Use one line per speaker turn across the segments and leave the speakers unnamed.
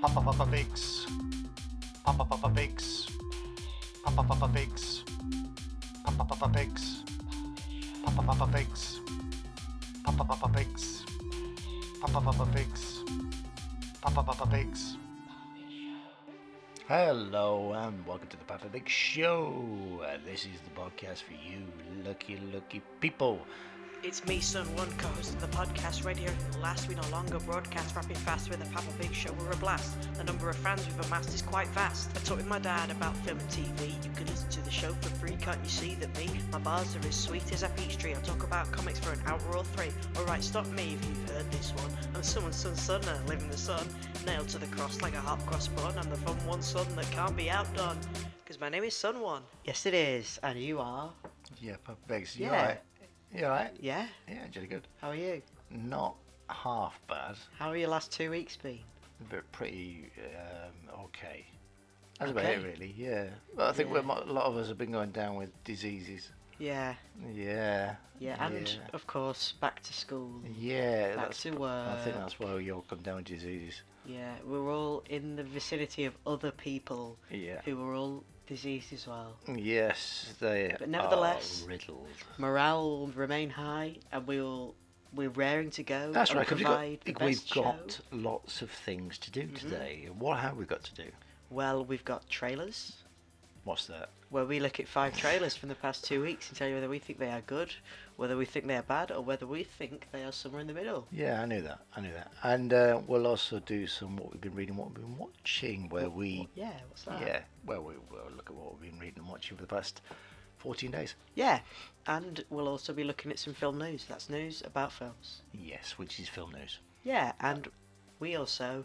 Papa Papa Bakes. Papa Papa Bakes. Papa Papa Bakes. Papa Papa Bakes. Papa Papa Bakes. Papa Papa Bakes. Papa Papa Bakes. Papa Papa Bakes.
Hello and welcome to the Papa Big Show. Uh, this is the podcast for you, lucky, lucky people.
It's me, Son One, co host of the podcast right here in the last we no longer broadcast rapid fast with the Papa Big Show. We're a blast. The number of fans we've amassed is quite vast. I talk with my dad about film and TV. You can listen to the show for free, can't you see that me? My bars are as sweet as a peach tree. I talk about comics for an hour or three. Alright, stop me if you've heard this one. I'm someone's son's son and I live in the sun. Nailed to the cross like a hot cross bun. I'm the fun one son that can't be outdone. Because my name is Son One. Yes, it is. And you are.
Yeah, Papa Biggs, you
Yeah.
alright? You alright?
Yeah?
Yeah, jolly good.
How are you?
Not half bad,
How are your last two weeks been?
but pretty um, okay. That's about it,
Okay.
really, yeah. Well, I think we're, a lot of us have been going down with diseases.
Yeah.
Yeah.
Yeah, and
Yeah,
of course, back to school,
Yeah,
back
that's,
to uh, work.
I think that's why we all come down with diseases.
Yeah, we're all in the vicinity of other people
Yeah.
who are all diseased as well.
Yes, they
But nevertheless-
are riddled.
Morale will remain high, and we'll we're raring to go.
That's
and
right, because
provide
we've,
the
got,
best
we've got
show.
lots of things to do today. And What have we got to do?
Well, we've got trailers
What's that?
where we look at five trailers from the past two weeks and tell you whether we think they are good, whether we think they are bad, or whether we think they are somewhere in the middle.
Yeah, I knew that. I knew that. And uh, we'll also do some what we've been reading, what we've been watching, where we.
Yeah, what's that?
Yeah, well, we will look at what we've been reading and watching for the past 14 days.
Yeah, and we'll also be looking at some film news. That's news about films.
Yes, which is film news.
Yeah, and we also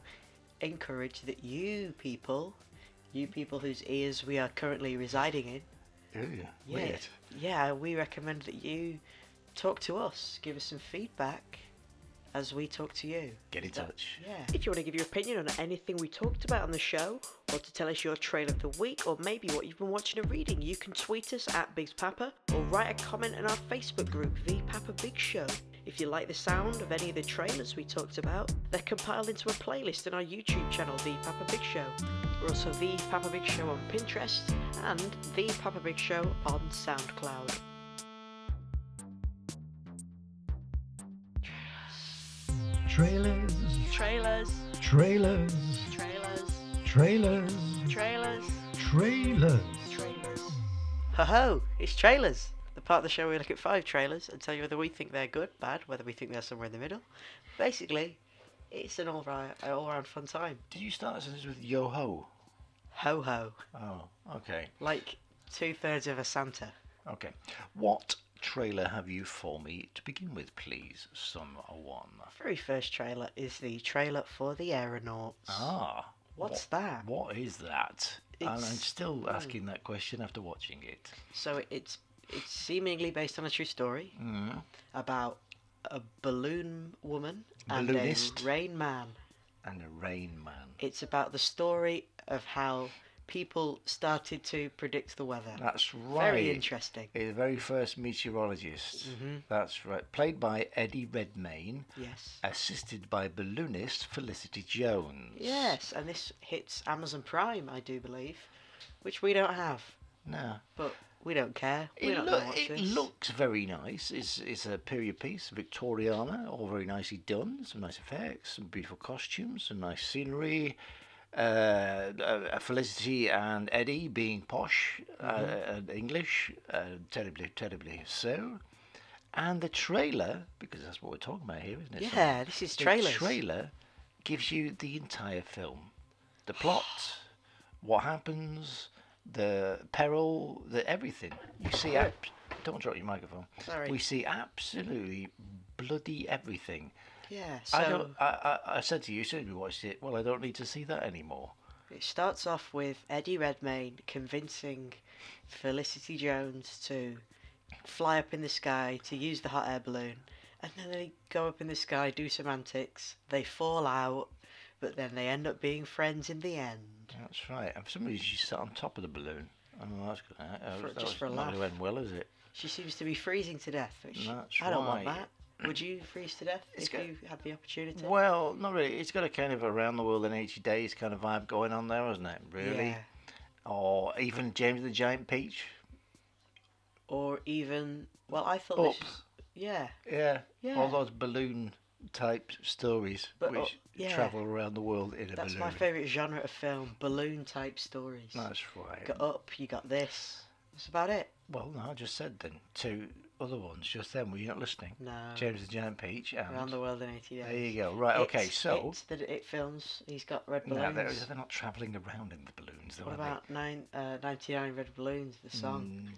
encourage that you people, you people whose ears we are currently residing in,
Ooh,
yeah,
weird.
yeah, we recommend that you talk to us, give us some feedback as we talk to you.
Get in
Is that-
touch.
Yeah. If you want to give your opinion on anything we talked about on the show, or to tell us your trail of the week, or maybe what you've been watching and reading, you can tweet us at Big's Papa, or write a comment in our Facebook group, The Papa Big Show. If you like the sound of any of the trailers we talked about, they're compiled into a playlist on our YouTube channel, The Papa Big Show. We're also The Papa Big Show on Pinterest, and The Papa Big Show on SoundCloud.
Trailers,
Trailers,
trailers,
trailers,
trailers,
trailers.
trailers.
Trailers. Ho ho, it's trailers. The part of the show where we look at five trailers and tell you whether we think they're good, bad, whether we think they're somewhere in the middle. Basically, it's an all right, all round fun time.
Did you start this sentence with yo ho?
Ho ho.
Oh, okay.
Like two thirds of a Santa.
Okay. What trailer have you for me to begin with, please? Someone.
Very first trailer is the trailer for the Aeronauts.
Ah.
What's
what-
that?
What is that? And I'm
It's- Hmm.
still asking that question after watching it.
So it's it's seemingly based on a true story
Mm-hmm.
about a balloon woman and
Balloonist.
a rain man.
And a Rain Man.
It's about the story of how people started to predict the weather.
That's right.
Very Mm-hmm. interesting.
He's The very first meteorologist. That's right. Played by Eddie Redmayne,
Yes.
assisted by balloonist Felicity Jones.
Yes, and this hits Amazon Prime, I do believe, which we don't have,
Now,
but we don't care. We
It,
don't
loo-
know what's
it
this.
looks very nice. It's, it's a period piece, Victoriana, all very nicely done. Some nice effects, some beautiful costumes, some nice scenery. Uh, uh, Felicity and Eddie being posh
Mm-hmm.
uh, and English, uh, terribly, terribly so. And the trailer, because that's what we're talking about here, isn't it? Simon?
Yeah, this is trailers.
The trailer gives you the entire film, the plot, what happens, the peril, the everything. You see, ab- don't drop your microphone.
Sorry.
We see absolutely bloody everything.
yeah, so
I don't. I, I, I said to you, as soon as we watched it, well, I don't need to see that anymore.
it starts off with Eddie Redmayne convincing Felicity Jones to fly up in the sky to use the hot air balloon, and then they go up in the sky, do some antics, they fall out, but then they end up being friends in the end.
That's right. And for some reason, she sat on top of the balloon. I don't know, that's gonna, uh,
For-
that
just
was
for a
not going to
laugh.
end well, is it?
She seems to be freezing to death, which
That's
I don't want
right.
that. Would you freeze to death
It's
if
good.
you had the opportunity?
Well, not really. It's got a kind of around the world in 80 days kind of vibe going on there, isn't it? Really?
Yeah.
Or even James the Giant Peach.
Or even well, I thought
Up.
this. Was, yeah,
Yeah.
Yeah.
All those balloon type stories
But, uh,
which
yeah.
travel around the world in a
that's
balloon.
my favourite genre of film: balloon type stories.
That's right.
Got up, you got this. That's about it.
Well, no, I just said then two other ones just then. Were you not listening?
No.
James the Giant Peach and
Around the world in 80 days.
there you go. Right. okay.
It's-
So
it's the it films. He's got red
no,
balloons.
they're, they're not travelling around in the balloons, though.
what
are they?
about nine, uh, 99 red balloons? The song.
Mm,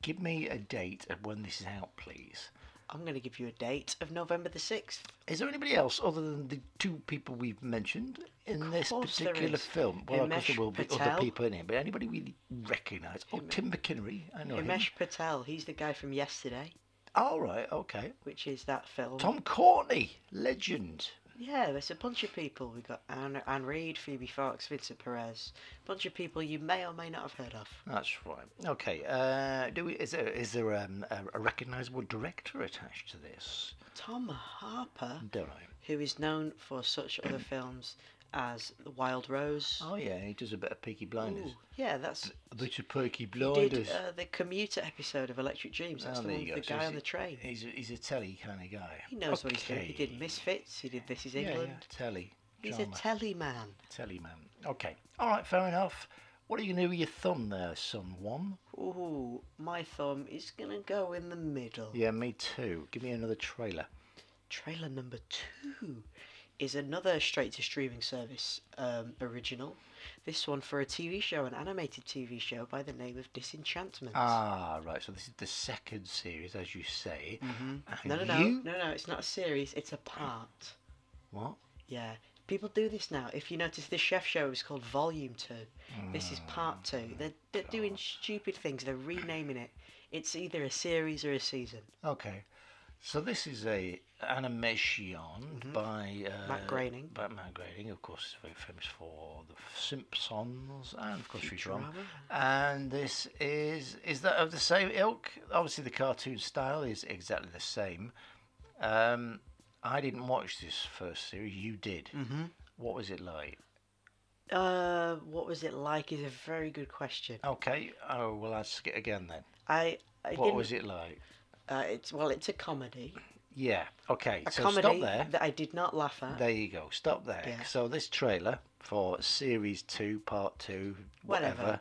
give me a date of when this is out, please.
I'm going to give you a date of November the sixth.
Is there anybody else other than the two people we've mentioned in this
course there
particular
is.
film? Well, of course
Himesh
there will be
Patel.
other people in here, but anybody we recognise? Oh, Tim McKinney, I know him.
Himesh Patel. He's the guy from Yesterday,
All right, okay.
which is that film.
Tom Courtney, legend.
Yeah, there's a bunch of people. We've got Anne, Anne Reid, Phoebe Fox, Vincent Perez. bunch of people you may or may not have heard of.
That's right. Okay. Uh, do we? Is there is there um, a, a recognisable director attached to this?
Tom Harper,
Don't I?
who is known for such other films as The Wild Rose.
Oh yeah, he does a bit of Peaky Blinders.
Ooh, yeah, that's.
A bit of Peaky
he
Blinders.
Did uh, the commuter episode of Electric Dreams? That's
Oh,
the
there
one
you
with the
go. So
guy
he's-
on the train.
He's a, he's a telly kind of guy.
He knows what he's doing. He
Okay.
did Misfits. He did This Is
Yeah,
England.
yeah, telly.
He's
drama.
a telly man.
telly man. Okay. All right. Fair enough. What are you gonna do with your thumb there, son? One.
Ooh, my thumb is gonna go in the middle.
Yeah, me too. Give me another trailer.
Trailer number two is another straight to streaming service um, original. This one for a TV show, an animated TV show by the name of Disenchantment.
Ah, right. So this is the second series, as you say. And
Mm-hmm. no, no, no,
you-
no, no. It's not a series. It's a part.
What?
Yeah, people do this now. If you notice, the chef show was called Volume Two. This is Part
Mm,
Two. They're, they're doing stupid things. They're renaming it. It's either a series or a season.
Okay. So this is a animation by uh,
Mm-hmm. Matt Groening.
By Matt Groening, of course, is very famous for The Simpsons and of course Futurama.
Futurama.
And this is is that of the same ilk? Obviously, the cartoon style is exactly the same. Um, I didn't watch this first series. You did. Mm-hmm. What was it like?
Uh, what was it like? Is a very good question.
Okay. Oh, we'll ask it again then.
I, I
What
didn't,
was it like?
Uh, it's well, it's a comedy.
Yeah. Okay.
a
so
comedy
stop there.
that I did not laugh at.
There you go. Stop there.
Yeah.
So this trailer for series two, part two, whatever,
Whatever.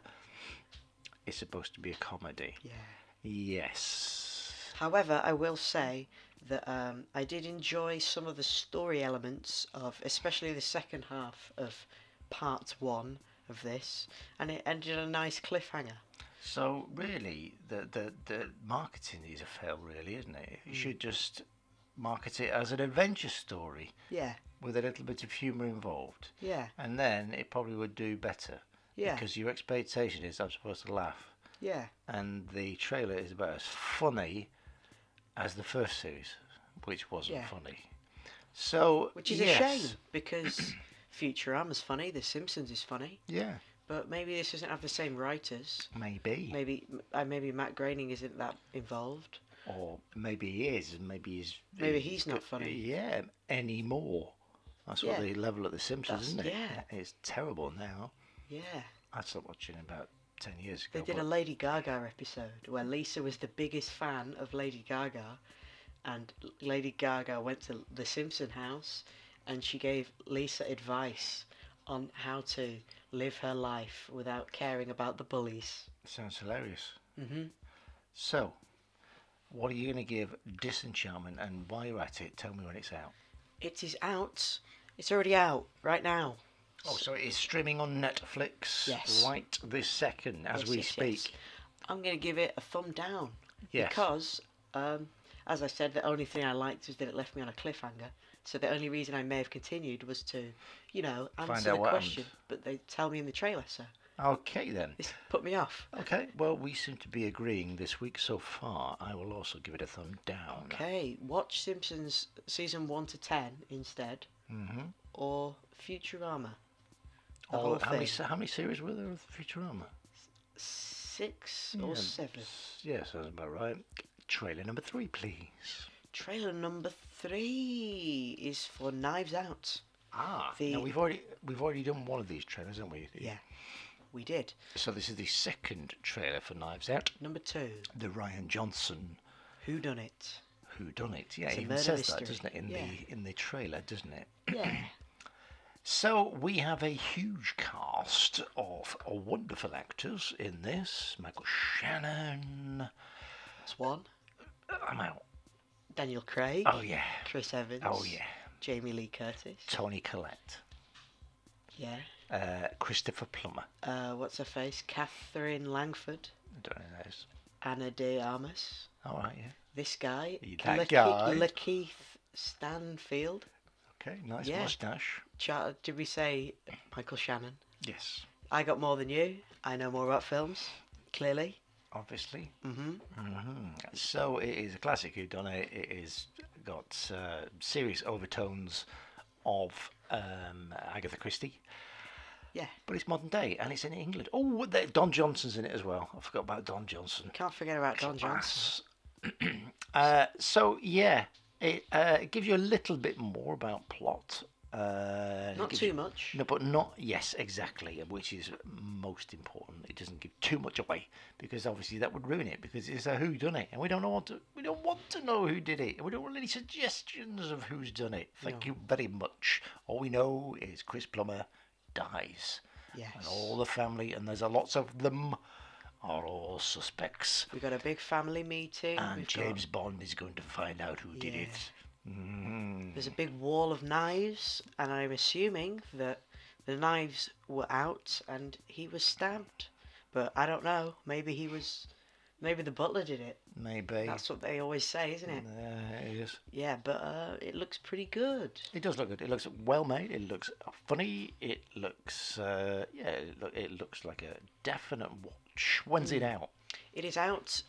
is supposed to be a comedy.
Yeah.
Yes.
However, I will say that um, I did enjoy some of the story elements of, especially the second half of part one of this, and it ended on a nice cliffhanger.
So really, the the, the marketing is a fail, really, isn't it?
Mm.
You should just market it as an adventure story
Yeah.
with a little bit of humour involved,
Yeah.
and then it probably would do better.
Yeah.
Because your expectation is I'm supposed to laugh,
Yeah.
and the trailer is about as funny as the first series, which wasn't
Yeah.
funny. So,
Which is
yes.
a shame because Futurama's funny, The Simpsons is funny,
Yeah,
but maybe this doesn't have the same writers.
maybe,
Maybe uh, maybe Matt Groening isn't that involved.
or maybe he is, and maybe he's uh,
Maybe he's not funny.
Yeah, anymore. That's
Yeah.
what they level at The Simpsons,
That's-
isn't it?
yeah.
it's terrible now.
Yeah.
I stopped watching about ten years
They
ago.
did a
but-
Lady Gaga episode where Lisa was the biggest fan of Lady Gaga, and L- Lady Gaga went to the Simpson house and she gave Lisa advice on how to live her life without caring about the bullies.
Sounds hilarious.
hmm
So, what are you going to give Disenchantment, and while you're at it, tell me when it's out.
It is out. It's already out right now.
Oh, so it is streaming on Netflix
Yes.
right this second as
Yes,
we
yes, yes.
speak.
I'm going to give it a thumb down
Yes.
because, um, as I said, the only thing I liked was that it left me on a cliffhanger. So the only reason I may have continued was to, you know, answer
out
the
what
question.
happened.
But they tell me in the trailer, so
Okay then.
this put me off.
Okay, well, we seem to be agreeing this week so far. I will also give it a thumb down.
Okay, watch Simpsons season one to ten instead,
Mm-hmm.
or Futurama. The
Or
whole
Oh, how, many,
thing.
se- how many series were there of Futurama?
Six or
Yeah,
seven.
s- Yeah, sounds about right. Trailer number three, please.
Trailer number three is for Knives Out.
Ah,
The-
now we've already we've already done one of these trailers, haven't we?
Yeah, we did.
So this is the second trailer for Knives Out,
Number two,
the Ryan Johnson
Who Done It?
Who Done It. Yeah,
It's a
it even
murder
says that,
mystery.
doesn't it, in
Yeah.
the in the trailer, doesn't it?
Yeah.
So we have a huge cast of wonderful actors in this. Michael Shannon.
That's one.
I'm out.
Daniel Craig.
Oh yeah.
Chris Evans.
Oh yeah.
Jamie Lee Curtis.
Tony Collette.
Yeah.
Uh, Christopher Plummer.
Uh, what's her face? Catherine Langford.
I don't know those.
Anna de Armas.
All right, yeah.
This guy.
That
Le-
guy.
Lakeith Stanfield.
Okay, nice
Yeah.
mustache.
Char- did we say Michael Shannon?
Yes.
I got more than you. I know more about films. Clearly.
Obviously.
Mm-hmm.
Mhm. So it is a classic whodunit. It is got uh, serious overtones of um, Agatha Christie,
Yeah.
but it's modern day and it's in England. Oh, there- Don Johnson's in it as well. I forgot about Don Johnson.
Can't forget about Don Johnson.
uh, so yeah, it, uh, it gives you a little bit more about plot. Uh, it
Not
gives
too
you-
much.
No, but not yes, exactly, which is most important. It doesn't give too much away because obviously that would ruin it because it's a who done it, and we don't know what to, we don't want to know who did it. and We don't want any suggestions of who's done it. Thank you very much. All we know is Chris Plummer dies,
Yes.
and all the family, and there's a lots of them, are all suspects,
We've got a big family meeting.
and
We've got-
James Bond is going to find out who did
Yeah.
it. Mm.
There's a big wall of knives, and I'm assuming that the knives were out and he was stabbed. But I don't know. Maybe he was. Maybe the butler did it.
Maybe.
That's what they always say, isn't it?
There it is.
Yeah, but uh, it looks pretty good.
It does look good. It looks well made. It looks funny. It looks uh, yeah. It, look, it looks like a definite watch. When's
Mm.
it out?
It is out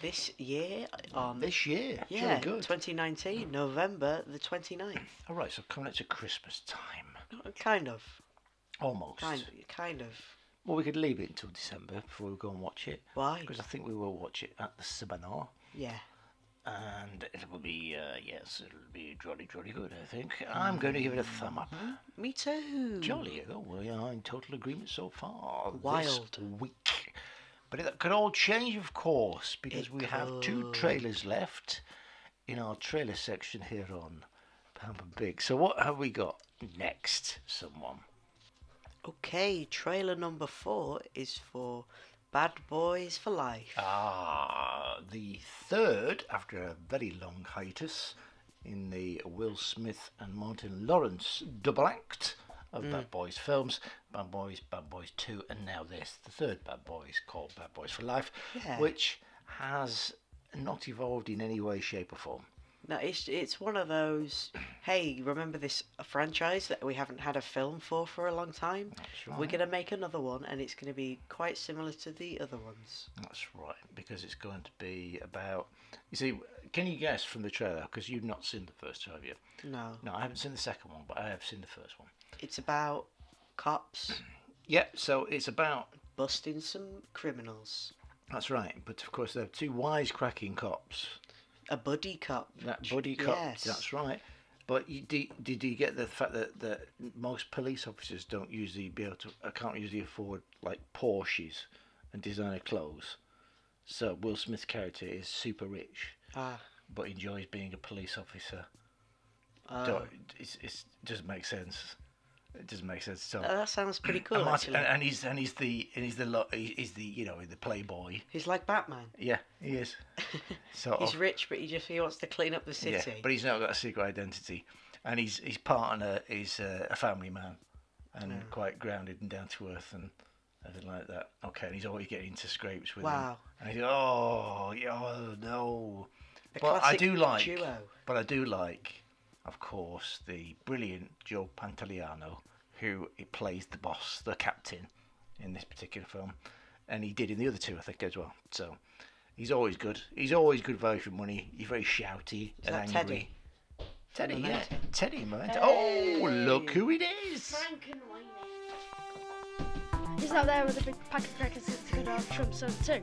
this year on.
This year. Jolly
yeah,
good.
2019, November the 29th.
All right. So coming up to Christmas time,
Kind of.
almost.
Kind, kind of.
Well, we could leave it until December before we go and watch it.
Why?
Because I think we will watch it at the seminar,
Yeah.
and it will be uh, yes, it'll be jolly jolly good. I think I'm
Mm-hmm.
going to give it a thumb up.
Me too.
Jolly. Oh, we are in total agreement so far.
Wild.
This week. But that could all change, of course, because
It
we have two
could.
trailers left in our trailer section here on Pampa Big. So, what have we got next, someone?
Okay, trailer number four is for Bad Boys for Life.
Ah, the third, after a very long hiatus, in the Will Smith and Martin Lawrence double act of Bad Boys films, Bad Boys, Bad Boys 2, and now this, the third Bad Boys called Bad Boys for Life,
Yeah.
which has not evolved in any way, shape, or form.
No, it's it's one of those. Hey, remember this franchise that we haven't had a film for for a long time? We're
right.
gonna make another one, and it's gonna be quite similar to the other ones.
That's right, because it's going to be about. You see, can you guess from the trailer? Because you've not seen the first two, have you?
No,
No, I haven't seen the second one, but I have seen the first one.
it's about cops
Yeah, so it's about
busting some criminals.
That's right, but of course they're two wisecracking cops.
A buddy cop.
That buddy cop.
Yes.
That's right. But you, did, did you get the fact that, that most police officers don't usually be able to, uh, can't usually afford like Porsches and designer clothes. So Will Smith's character is super rich,
Ah,
but enjoys being a police officer.
uh,
Don't, it's, it's, it doesn't make sense. It doesn't make sense. So,
that sounds pretty cool.
and, Martin-
Uh, actually,
and, and he's and he's the and he's the lo- he- he's the you know the playboy.
he's like Batman.
Yeah, he is. Sort
He's
of.
rich, but he just he wants to clean up the city.
Yeah, but he's now got a secret identity, and his his partner is uh, a family man, and
Oh.
quite grounded and down to earth and everything like that. Okay, and he's always getting into scrapes with him.
Wow.
And he's oh, yeah, oh no.
A
but I
classic
do like.
duo.
But I do like, of course, the brilliant Joe Pantoliano, who plays the boss, the captain, in this particular film, and he did in the other two, I think, as well. So. He's always good. He's always good value for money. He's very shouty
Is
and
that
angry. Teddy,
Teddy?
yeah.
Memento.
Teddy Memento. Oh, look who it is.
Frank and Wayne. Who's that there with a big pack of crackers? It's good old Trump's on too.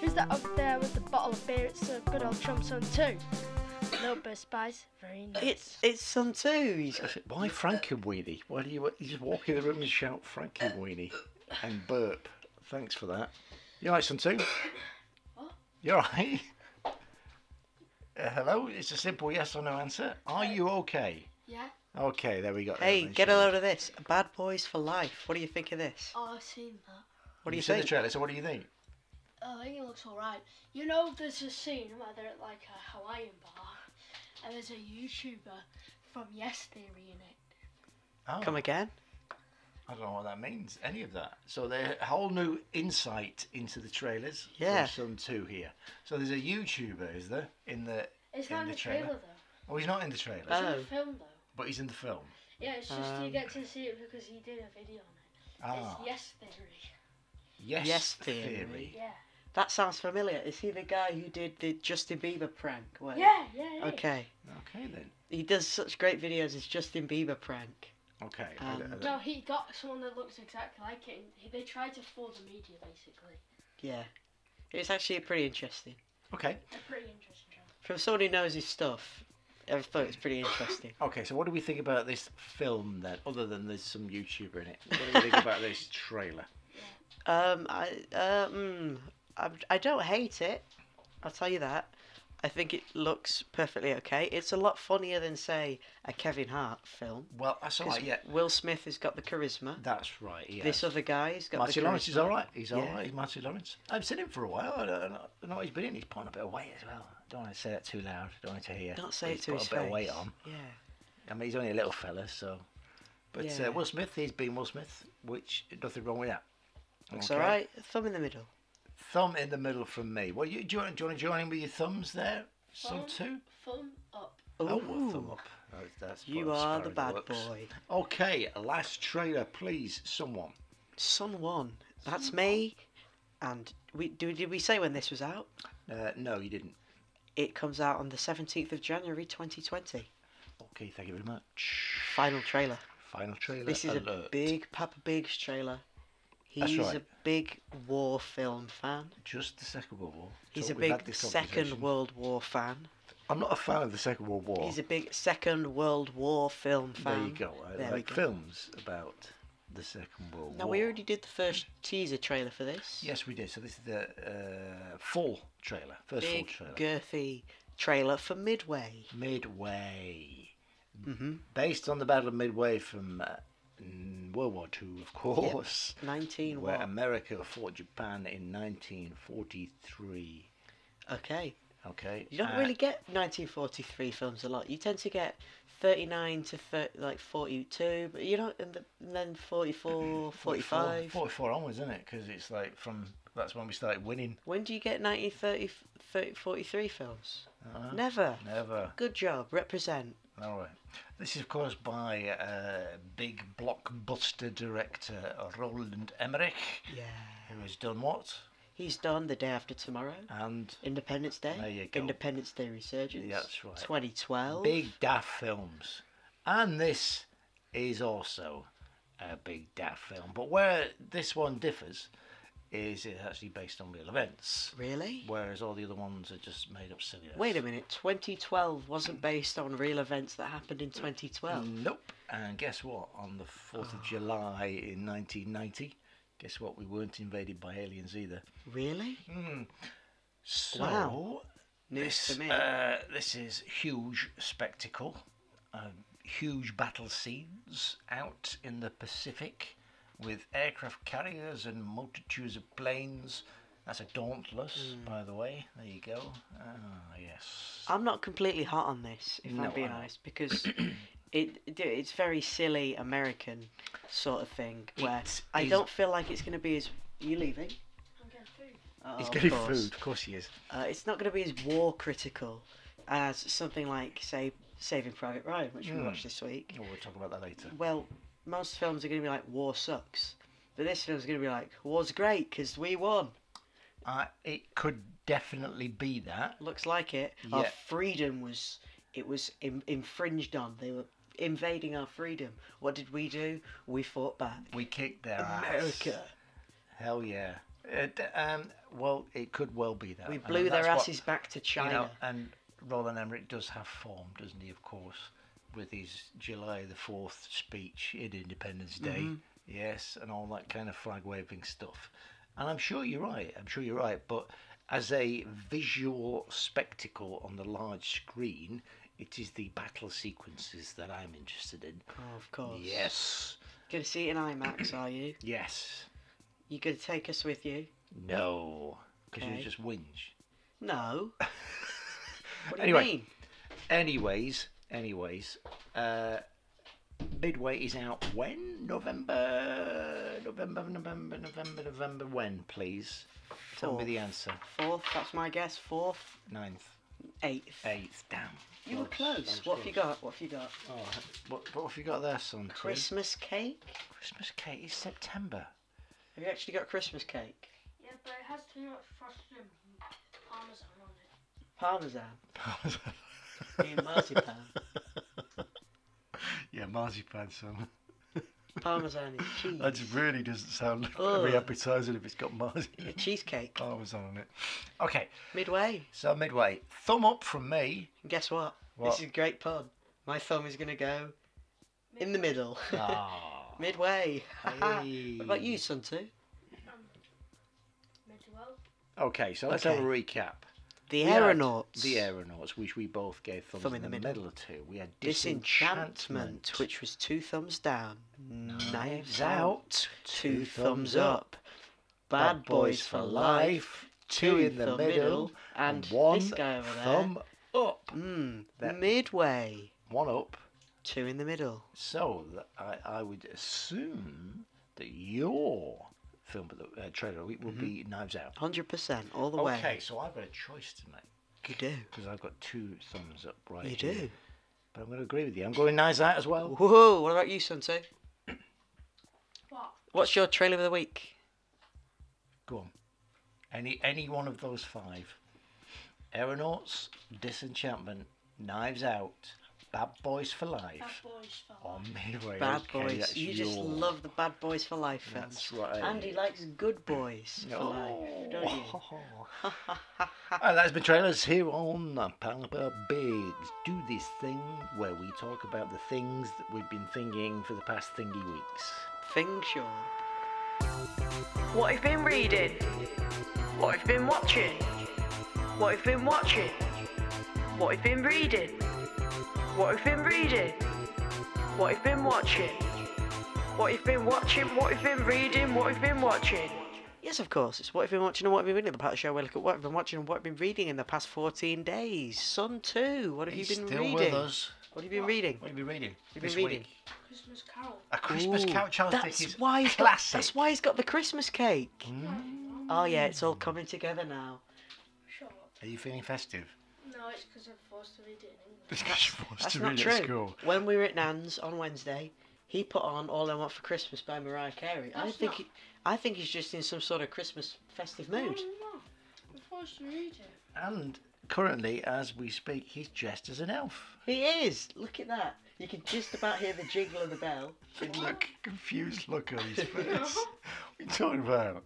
Who's that up there with the bottle of beer? It's a good old Trump's on too. No burst spies. Very nice.
It's it's Sun Tzu. He's
I said, Why Frankie Weenie? Why do you, you just walk in the room and shout Frankie Weenie and burp? Thanks for that. You alright, son too? You alright? Uh, hello? It's a simple yes or no answer. Are you okay?
Yeah.
Okay, there we go.
Hey, get a load of this. Bad Boys for Life. What do you think of this?
Oh, I've seen that.
What do you
you see the
think?
trailer, so what do you think?
Oh, I think it looks alright. You know, there's a scene where they're at like a Hawaiian bar, and there's a YouTuber from Yes Theory in it.
Oh,
Come again?
I don't know what that means, any of that. So there's a whole new insight into the trailers
Yeah.
from Sun 2 here. So there's a YouTuber, is there, in the...
It's
in
not in the trailer, though.
Oh, he's not in the trailer,
Uh,
It's in
Oh.
the film though.
but he's in the film.
Yeah, it's just
Um,
you get to see it because he did a video on it.
Ah,
It's Yes Theory.
yes,
Yes
theory.
Theory.
Yeah.
That sounds familiar. Is he the guy who did the Justin Bieber prank? Where...
Yeah, yeah. it is.
Okay.
Okay then.
He does such great videos. It's Justin Bieber prank.
Okay.
Um,
I- I-
No, he got someone that looks exactly like it. And he- they tried to fool the media, basically.
Yeah. It's actually pretty interesting.
okay.
They're pretty interesting. John.
From someone who knows his stuff, I thought it's pretty interesting.
Okay. So, what do we think about this film then? Other than there's some YouTuber in it, what do we think about this trailer?
Um, I uh, mm, I, I don't hate it. I'll tell you that. I think it looks perfectly okay. It's a lot funnier than say a Kevin Hart film.
Well, that's all
'cause
right. Yeah,
Will Smith has got the charisma.
that's right. Yeah.
This other guy's got
Marty
the
Lawrence
charisma.
is all right. He's all
Yeah.
right. He's Marty Lawrence. I've seen him for a while. I don't know- I know what he's been in. He's putting a bit of weight as well. Don't want to say that too loud. Don't want to hear.
Don't say
he's
it to
put
his
a bit
face.
of weight on.
Yeah.
I mean, he's only a little fella, so. But
Yeah.
uh, Will Smith, he's been Will Smith, which nothing wrong with that.
Looks
Okay.
all right. Thumb in the middle. Thumb
Thumb in the middle from me. Well, you, do, you want, do you want to join in with your thumbs there? Some
Thumb.
two.
Thumb up.
Oh, well, thumb
Ooh,
up. That- that's
You
quite a
are
sparrow
the
that
bad
works.
boy.
Okay, last trailer, please, someone.
Son one. That's me. And we do, did we say when this was out?
Uh, no, you didn't.
It comes out on the 17th of January 2020.
Okay, thank you very much.
Final trailer.
Final trailer.
This is
alert.
a big Papa Biggs trailer.
That's
He's a
right.
big war film fan.
Just the Second World War.
He's
So
a
we've had
big
this
Second
conversation.
World War fan.
I'm not a fan of the Second World War.
He's a big Second World War film fan.
there you go. I
There we
like
go.
films about the Second World
Now
War.
we already did the first teaser trailer for this.
Yes, we did. So this is the uh, full trailer, first
Big
full trailer.
girthy trailer for Midway.
Midway.
Mhm.
Based on the Battle of Midway from uh, mm, World War Two, of course,
19
where
what?
America fought Japan in 1943.
Okay.
Okay.
You don't
uh,
really get 1943 films a lot. You tend to get 39 to 30, like 42, but you don't, and, the, and then 44, 45.
44 onwards, isn't it? Because it's like from that's when we started winning.
When do you get 1930 30 43 films?
Uh,
Never.
Never.
Good job. Represent.
All right. This is, of course, by uh, big blockbuster director Roland Emmerich,
Yeah.
who has done what?
He's done the day after tomorrow.
And
Independence Day.
There you go.
Independence Day Resurgence.
Yeah, that's right.
2012.
big daft films. And this is also a big daft film. But where this one differs is it's actually based on real events,
Really?
whereas all the other ones are just made up silliness.
Wait a minute. 2012 wasn't based on real events that happened in 2012.
Nope. And guess what? On the 4th
Ah.
of July in 1990, guess what? We weren't invaded by aliens either.
Really?
So,
Wow. News
this,
to me.
uh, this is huge spectacle, uh, huge battle scenes out in the Pacific with aircraft carriers and multitudes of planes. That's a Dauntless,
Hmm.
by the way. There you go. Ah, yes.
I'm not completely hot on this, if
No,
I'm being
I know.
honest, because it it- it's very silly American sort of thing where
It
I
is-
don't feel like it's going to be as. Are you leaving?
I'm getting food.
Oh,
He's
of
getting
course.
food, of course he is.
Uh, it's not going to be as war critical as something like, say, Saving Private Ryan, which we
Hmm.
watched this week.
Oh, we'll talk about that later.
Well, most films are going to be like, war sucks. But this film's going to be like, war's great because we won.
Uh, it could definitely be that.
Looks like it. Our
Yeah.
freedom was, it was Im- infringed on. They were invading our freedom. What did we do? We fought back.
We kicked their
America.
ass. Hell yeah. It, um, well, it could well be that.
We
And
blew their
that's what-
asses back to
you
China.
know, and Roland Emmerich does have form, doesn't he? Of course, with his July the Fourth speech in Independence Day,
Mm-hmm.
yes, and all that kind of flag waving stuff. And I'm sure you're right. I'm sure you're right. But as a visual spectacle on the large screen, it is the battle sequences that I'm interested in.
Oh, of course.
Yes.
Gonna see it in IMAX, are you?
Yes.
You gonna take us with you?
No. Because
Okay.
you just whinge.
No. What do
Anyway.
you mean?
Anyways, anyways, uh, Midway is out when? November, November, November, November, November. When, please? Tell me
Fourth.
the answer.
Fourth, that's my guess. Fourth,
Ninth,
eighth.
eighth. Damn.
You were close. What have you got? What have you got?
Oh, what, what have you got there, son? T?
Christmas cake?
Christmas cake. It's September.
Have you actually got Christmas cake?
Yeah, but it has too much frosted and parmesan on it.
Parmesan. Yeah, marzipan.
Yeah, marzipan, son.
Parmesan is cheese.
That really doesn't sound
Ugh.
very appetising if it's got
A
marzipan
cheesecake.
parmesan on it. Okay,
Midway.
so Midway, thumb up from me.
And guess what?
What?
This is a great pun. My thumb is gonna go in the middle.
Ah.
Midway. what
hey.
about you, son too?
Midwell.
Okay, so let's
Okay.
have a recap.
The
We had
aeronauts.
The Aeronauts, which we both gave thumbs
Thumb
in, the, middle to. We had
Disenchantment, which was two thumbs down. Knives out. Two thumbs up. Bad boys for life.
Two in the middle.
And
one
this guy over there.
thumb up.
Mm,
That-
midway.
One up.
Two in the middle.
So th- I, I would assume that your film of the uh, trailer of the
Mm-hmm.
week will be Knives Out.
100% all the way.
Okay, so I've got a choice to make
You do.
because I've got two thumbs up right
You
here.
do.
But I'm going to agree with you. I'm going Knives Out as well.
Whoa, what about you, Sunto?
What?
What's your trailer of the week?
Go on. Any any one of those five. Aeronauts, Disenchantment, Knives Out, Bad Boys for
Bad
Life,
boys fell.
or Midway.
Bad
okay,
boys.
that's
You just
your-
love the bad boys for life films.
That's right.
Andy likes good boys for life, don't you?
Oh. and that's been trailers here on Palapa Bigs. Do this thing where we talk about the things that we've been thinking for the past thingy weeks.
Thing sure.
What I've been reading. What I've been watching. What I've been watching. What I've been reading. What I've been reading. What I've been watching. What I've been watching. What I've been reading. What I've been watching.
Yes, of course. It's what I've been watching and what I've been reading. The part of the show where I look at what I've been watching and what I've been reading in the past 14 days. Sun 2, what have
He's
you been
still
reading?
with us.
What have you been reading?
What have you been reading?
You've been
this
reading?
week?
Christmas Carol.
A Christmas
Ooh,
Couch House
that's
Dick is
why he's got-
classic.
that's why he's got the Christmas cake.
Mm.
Oh yeah, it's all coming together now.
Shut up.
Are you feeling festive?
No, it's because I'm forced to read it in English.
Because you forced
That's
to
not
read
true.
at school.
When we were at Nan's on Wednesday, he put on "All I Want for Christmas" by Mariah Carey. I
That's
think
not-
he, I think he's just in some sort of Christmas festive mood.
No, no, no. I'm forced to read it.
And currently, as we speak, he's dressed as an elf.
He is. Look at that. You can just about hear the jingle of the bell.
Look, confused look on his face. what are you talking about?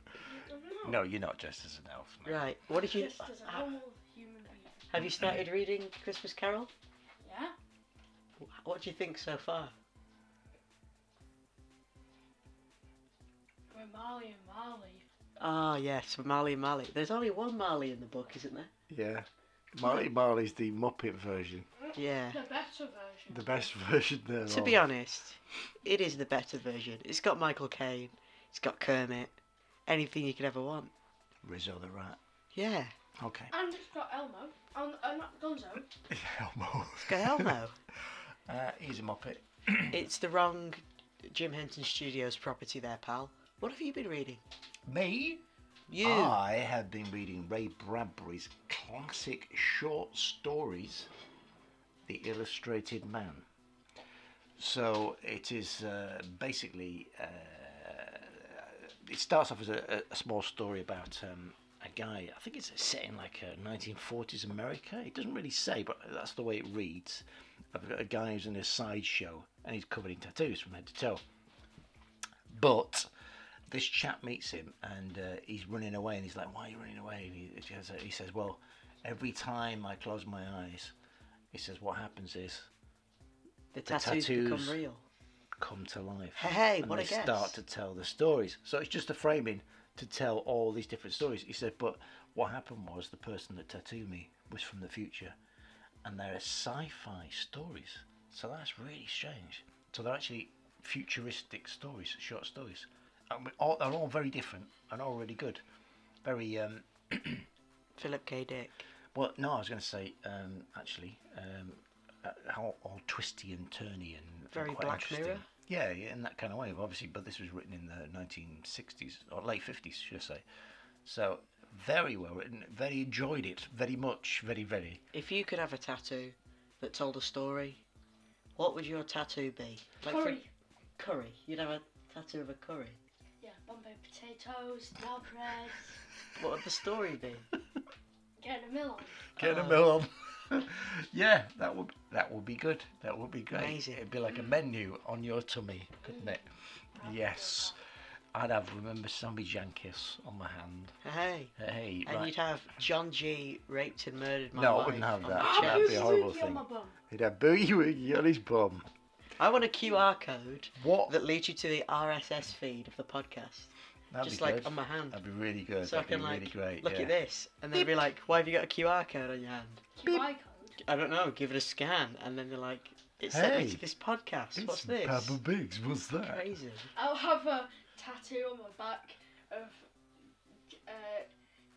I'm not.
No, you're not dressed as an elf. mate.
Right. What did you?
Just as a normal human being.
Have you started reading Christmas Carol?
Yeah?
What do you think so far?
We're Marley and Marley.
Ah yes, Marley and Marley. There's only one Marley in the book, isn't there?
Yeah. Marty Marley's the Muppet version,
Yeah.
The better version.
the best version there.
To be honest, it is the better version. It's got Michael Caine. It's got Kermit. Anything you could ever want.
Rizzo the rat.
Yeah.
Okay.
And it's got Elmo. Um, uh, not Gonzo.
Elmo.
Hell no.
Uh, he's a muppet.
it's the wrong Jim Henson Studios property there, pal. What have you been reading? Ah,
Me?
You.
I have been reading Ray Bradbury's classic short stories, The Illustrated Man. So it is uh, basically, uh, it starts off as a, a- a small story about um, a guy, I think it's set in like a 1940s America. It doesn't really say, but that's the way it reads. I've got a guy who's in a sideshow and he's covered in tattoos from head to toe. But this chap meets him and uh, he's running away and he's like, "Why are you running away?" And he, he, has a- he says, "Well, Every time I close my eyes, he says, "What happens is
The tattoos,
tattoos.
become real.
come to life."
Hey, hey,
and
what
they
a guess.
start to tell the stories. So it's just a framing to tell all these different stories. He said, "But what happened was the person that tattooed me was from the future, and they're sci-fi stories. So that's really strange. So they're actually futuristic stories, short stories, and we all, they're all very different and all really good. Very um,
Philip K. Dick.
Well, no, I was going to say um, actually um, uh, how all twisty and turny and and
Very
quite
Black
interesting.
Mirror?
Yeah, yeah, in that kind of way, obviously. But this was written in the 1960s or late 50s, should I say? So very well written. Very enjoyed it. Very much. Very very.
If you could have a tattoo that told a story, what would your tattoo be? for-
Curry.
curry. You'd have a tattoo of a curry.
Yeah, Bombay potatoes, now bread,
What would the story be?
getting a meal on.
Get a
Oh.
mill on. Um, yeah, that would that would be good. That would be great.
Amazing. Mm.
It'd be like a menu on your tummy, couldn't it? Yes. I'd have remember Sammy Jankis on my hand.
hey.
Hey,
And
right.
you'd have John G. raped and murdered my
No, I
wife
wouldn't have
on
that.
my
That'd
chest.
be a horrible
Suzuki on
thing.
my bum.
He'd have Boogie Woogie on his bum.
I want a QR code
What?
that leads you to the RSS feed of the podcast.
That'd
just
be
like
good.
on my hand.
That'd be really good.
so I
That'd
can
be
like
really great.
look
yeah.
at this and they'd be like, Why have you got a QR code on your hand?
QI code.
I don't know, give it a scan and then they're like, It sent
Hey,
me to this podcast. What's this?
Papa Biggs. What's that?
Crazy.
I'll have a tattoo on my back of uh,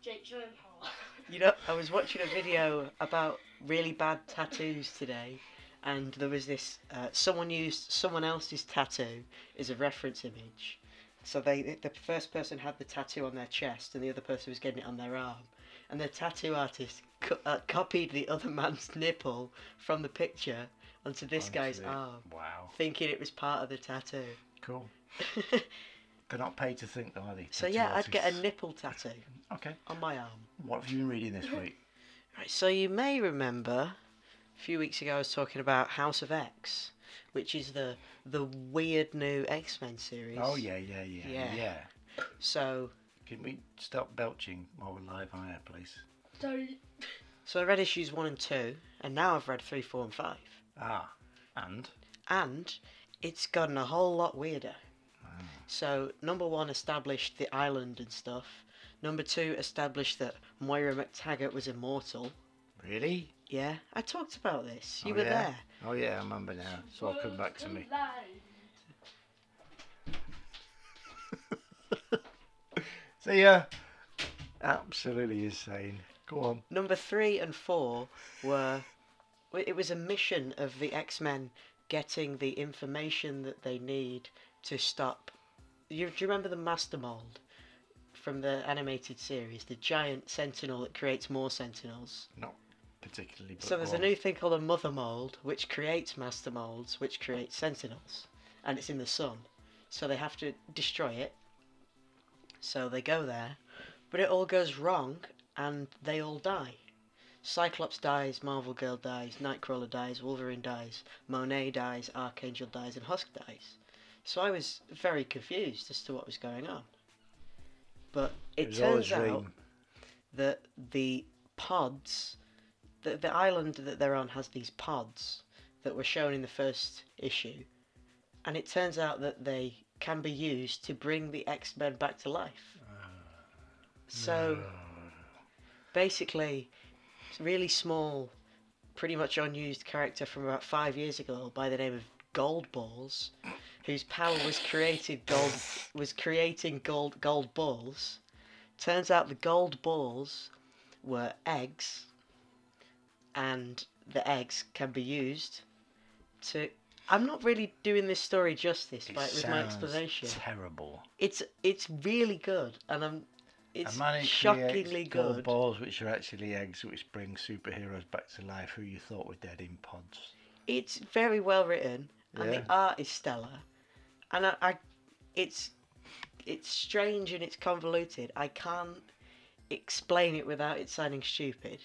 Jake Gyllenhaal.
You know, I was watching a video about really bad tattoos today, and there was this uh, someone used someone else's tattoo as a reference image. So they the first person had the tattoo on their chest, and the other person was getting it on their arm. And the tattoo artist co- uh, copied the other man's nipple from the picture onto this guy's
Honestly,
arm,
Wow.
thinking it was part of the tattoo.
Cool. They're not paid to think, though, are they?
so
Tattoo
yeah, I'd get a
artists?
nipple tattoo
Okay.
on my arm.
What have you been reading this week?
Right, so you may remember a few weeks ago I was talking about House of X, which is the the weird new X Men series.
Oh yeah, yeah, yeah, yeah.
Yeah. So
Can we stop belching while we're live on air, please?
so
so I read issues one and two, and now I've read three, four, and five,
Ah, and
and it's gotten a whole lot weirder. So number one established the island and stuff. Number two established that Moira McTaggart was immortal.
really?
Yeah, I talked about this. You
oh,
were
yeah?
there.
Oh yeah, I remember now. It's all come back to me.
Worlds
See ya. Absolutely insane. Go on.
Number three and four were. well, It was a mission of the X Men getting the information that they need to stop. You, do you remember the Master Mold from the animated series? The giant sentinel that creates more sentinels.
Not particularly. But
So there's
go
a
on.
new thing called a Mother Mold, which creates Master Molds, which creates sentinels. And it's in the sun. So they have to destroy it. So they go there. But it all goes wrong, and they all die. Cyclops dies, Marvel Girl dies, Nightcrawler dies, Wolverine dies, Monet dies, Archangel dies, and Husk dies. So I was very confused as to what was going on. But it,
was all a
turns out
dream.
that the pods, the, the island that they're on has these pods that were shown in the first issue, and it turns out that they can be used to bring the X Men back to life. So basically, it's a really small, pretty much unused character from about five years ago by the name of Gold Balls, whose power was created gold was creating gold gold balls. Turns out the gold balls were eggs, and the eggs can be used to. I'm not really doing this story justice by, with my
sounds
explanation.
Terrible.
It's it's really good, and I'm. It's
A man who
shockingly
creates gold
good.
balls, which are actually eggs, which bring superheroes back to life who you thought were dead in pods.
It's very well written, and
Yeah.
the art is stellar. And I, I, it's, it's strange and it's convoluted. I can't explain it without it sounding stupid.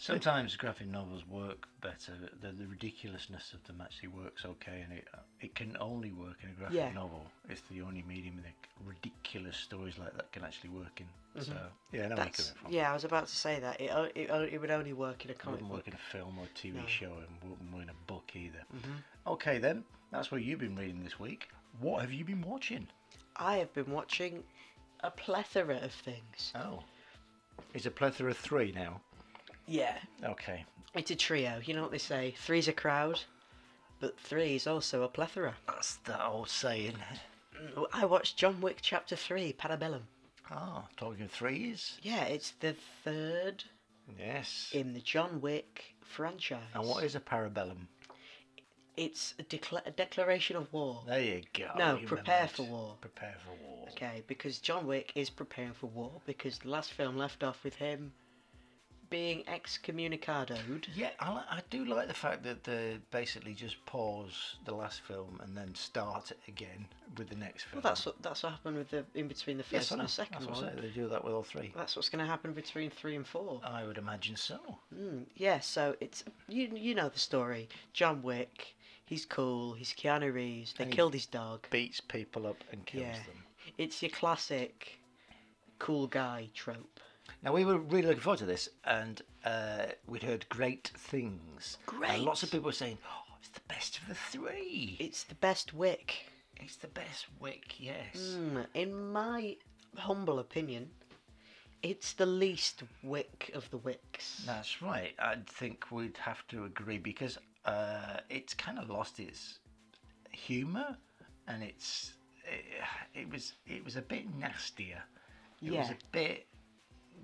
Sometimes graphic novels work better. The, the ridiculousness of them actually works okay, and it uh, it can only work in a graphic
Yeah.
novel. It's the only medium that ridiculous stories like that can actually work in.
Mhm.
So yeah, I know where you're
That's,
coming from.
yeah, I was about to say that. It, o- it, o- it would only work in a
It
comic
wouldn't
book.
work in a film or a TV
No.
show, and wouldn't work in a book either.
Mhm.
Okay, then that's what you've been reading this week. What have you been watching?
I have been watching a plethora of things.
Oh, it's a plethora of three now.
Yeah.
Okay,
It's a trio. You know what they say? Three's a crowd, but three is also a plethora.
that's that old saying.
Oh, I watched John Wick Chapter 3, Parabellum.
Ah, talking of threes.
Yeah, it's the third
Yes.
in the John Wick franchise.
And what is a parabellum?
It's a, decla- a declaration of war.
There you go.
No,
you
prepare
remembered.
for war.
Prepare for war.
Okay, because John Wick is preparing for war because the last film left off with him being excommunicadoed.
Yeah, I, li- I do like the fact that they basically just pause the last film and then start it again with the next film.
Well, that's what that's what happened with the in between the first
yes, I
and
know.
the second
that's what I
one.
say. They do that with all three.
That's what's going to happen between three and four.
I would imagine so.
Mm, yeah, so it's you you know the story. John Wick, he's cool. He's Keanu Reeves. They
And he-
killed his dog.
Beats people up and kills
Yeah.
them.
It's your classic cool guy trope.
Now we were really looking forward to this, and uh, we'd heard great things. And lots of
Great.
people were saying, "Oh, it's the best of the three.
It's the best Wick,
It's the best Wick." Yes.
mm, in my humble opinion. It's the least Wick of the Wicks.
That's right. I think we'd have to agree because uh, it's kind of lost its humour, and it's it, it was it was a bit nastier. It was
Yeah.
a bit.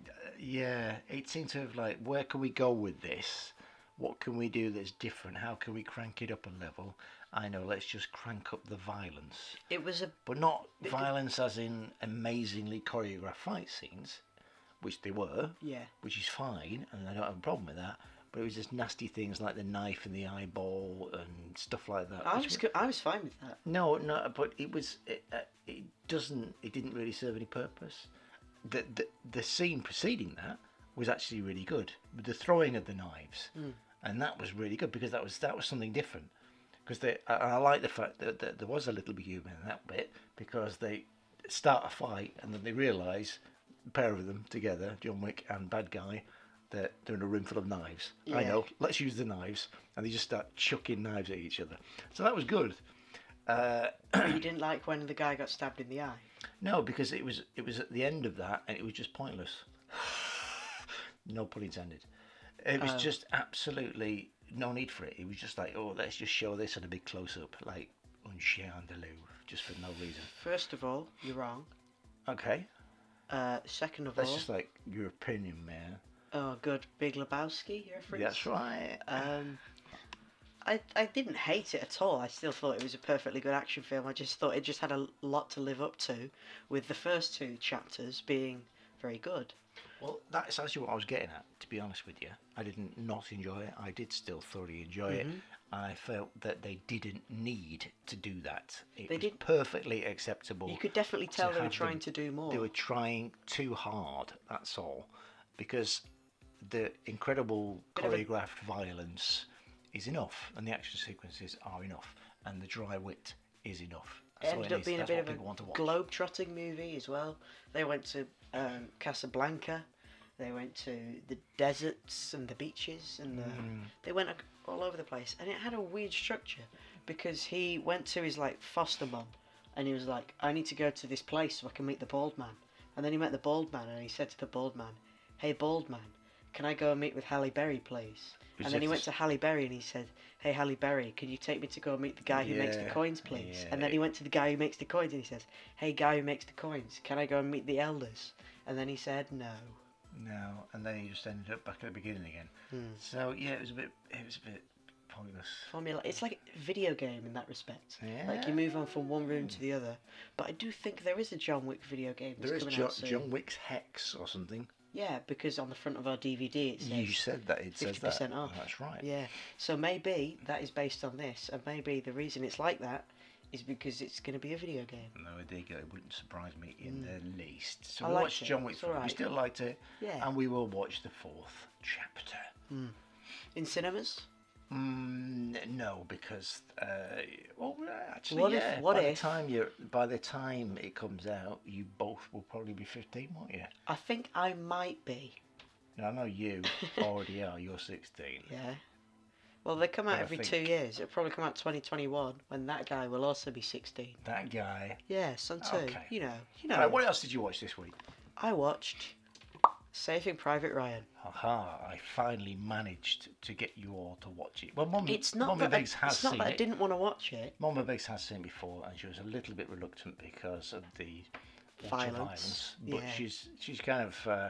uh, yeah, it seemed to have like, where can we go with this? What can we do that's different? How can we crank it up a level? I know, let's just crank up the violence,
It was a
but not violence as in amazingly choreographed fight scenes, which they were
yeah.
which is fine, and I don't have a problem with that. But it was just nasty things like the knife and the eyeball and stuff like that.
I
which
was
were-
go- I was fine with that.
no, no, but it was it, uh, it doesn't it didn't really serve any purpose. The, the the scene preceding that was actually really good. The throwing of the knives, and that was really good because that was that was something different. Because they, and I like the fact that, that there was a little bit human in that bit because they start a fight and then they realise, a pair of them together, John Wick and bad guy, that they're in a room full of knives. I
Yeah.
know, let's use the knives, and they just start chucking knives at each other. So that was good. Uh,
you didn't like when the guy got stabbed in the eye.
no, because it was it was at the end of that, and it was just pointless. no pun intended. It
Oh.
was just absolutely no need for it. It was just like, oh, let's just show this at a big close up, like un chien de loup, just for no reason.
First of all, you're wrong.
Okay,
Uh, second of
that's
all,
just like your opinion, man.
oh good, Big Lebowski reference.
That's right.
Um, I I didn't hate it at all. I still thought it was a perfectly good action film. I just thought it just had a lot to live up to, with the first two chapters being very good.
Well, that's actually what I was getting at, to be honest with you. I didn't not enjoy it. I did still thoroughly enjoy
Mm-hmm.
it. And I felt that they didn't need to do that. It
They
was
didn't-
perfectly acceptable.
You could definitely tell they were
have them-
trying to do more.
They were trying too hard, that's all. Because the incredible
Bit of a-
choreographed violence is enough, and the action sequences are enough, and the dry wit is enough.
It
That's all
ended
it
up
is.
being a
That's
bit
what
of a
people want to watch.
globe-trotting movie as well. They went to um, Casablanca, they went to the deserts and the beaches, and the,
Mm.
they went ac- all over the place. And it had a weird structure because he went to his like foster mum, and he was like, "I need to go to this place so I can meet the bald man." And then he met the bald man, and he said to the bald man, "Hey, bald man." Can I go and meet with Halle Berry, please?
Was
and then
it
he went
this-
to Halle Berry and he said, "Hey, Halle Berry, can you take me to go and meet the guy who makes the
Yeah,
coins, please?"
yeah,
and then
it-
he went to the guy who makes the coins and he says, Hey, guy who makes the coins, can I go and meet the elders? And then he said, No.
No, and then he just ended up back at the beginning again.
Hmm.
So yeah, it was a bit, it was a bit pointless.
Formula. It's like a video game in that respect. Like you move on from one room to the other. But I do think there is a John Wick video game that's
There is
coming
John,
out soon.
John Wick's Hex or something.
Yeah, because on the front of our DVD it
You
says.
said that it says that.
50% off.
That's right.
Yeah. So maybe that is based on this, and maybe the reason it's like that is because it's going to be a video game.
No, there you go. It wouldn't surprise me in the least. So
Hmm. I
we
liked
watched
it.
John Wick
It's
three. We
alright.
still liked it.
Yeah.
And we will watch the fourth chapter.
in cinemas.
Mm, no, because uh, well, uh, actually,
What if-
yeah.
what
by
if-
the time you by the time it comes out, you both will probably be fifteen, won't you?
I think I might be.
Now, I know you already are. You're sixteen.
Yeah. Well, they come out
But I
every
think-
two years. It'll probably come out 2021 when that guy will also be 16.
That guy.
Yeah, Sun Tzu.
Okay.
You know, you know.
Right, what else did you watch this week?
I watched Saving Private Ryan.
Aha! I finally managed to get you all to watch it. Well, Mum,
It's not
Mum
that, I,
Biggs Hmm. has
it's not
seen
that I
it.
didn't want to watch it.
Mama Biggs has seen before, and she was a little bit reluctant because of the
Violence.
violence. But
Yeah.
she's she's kind of uh,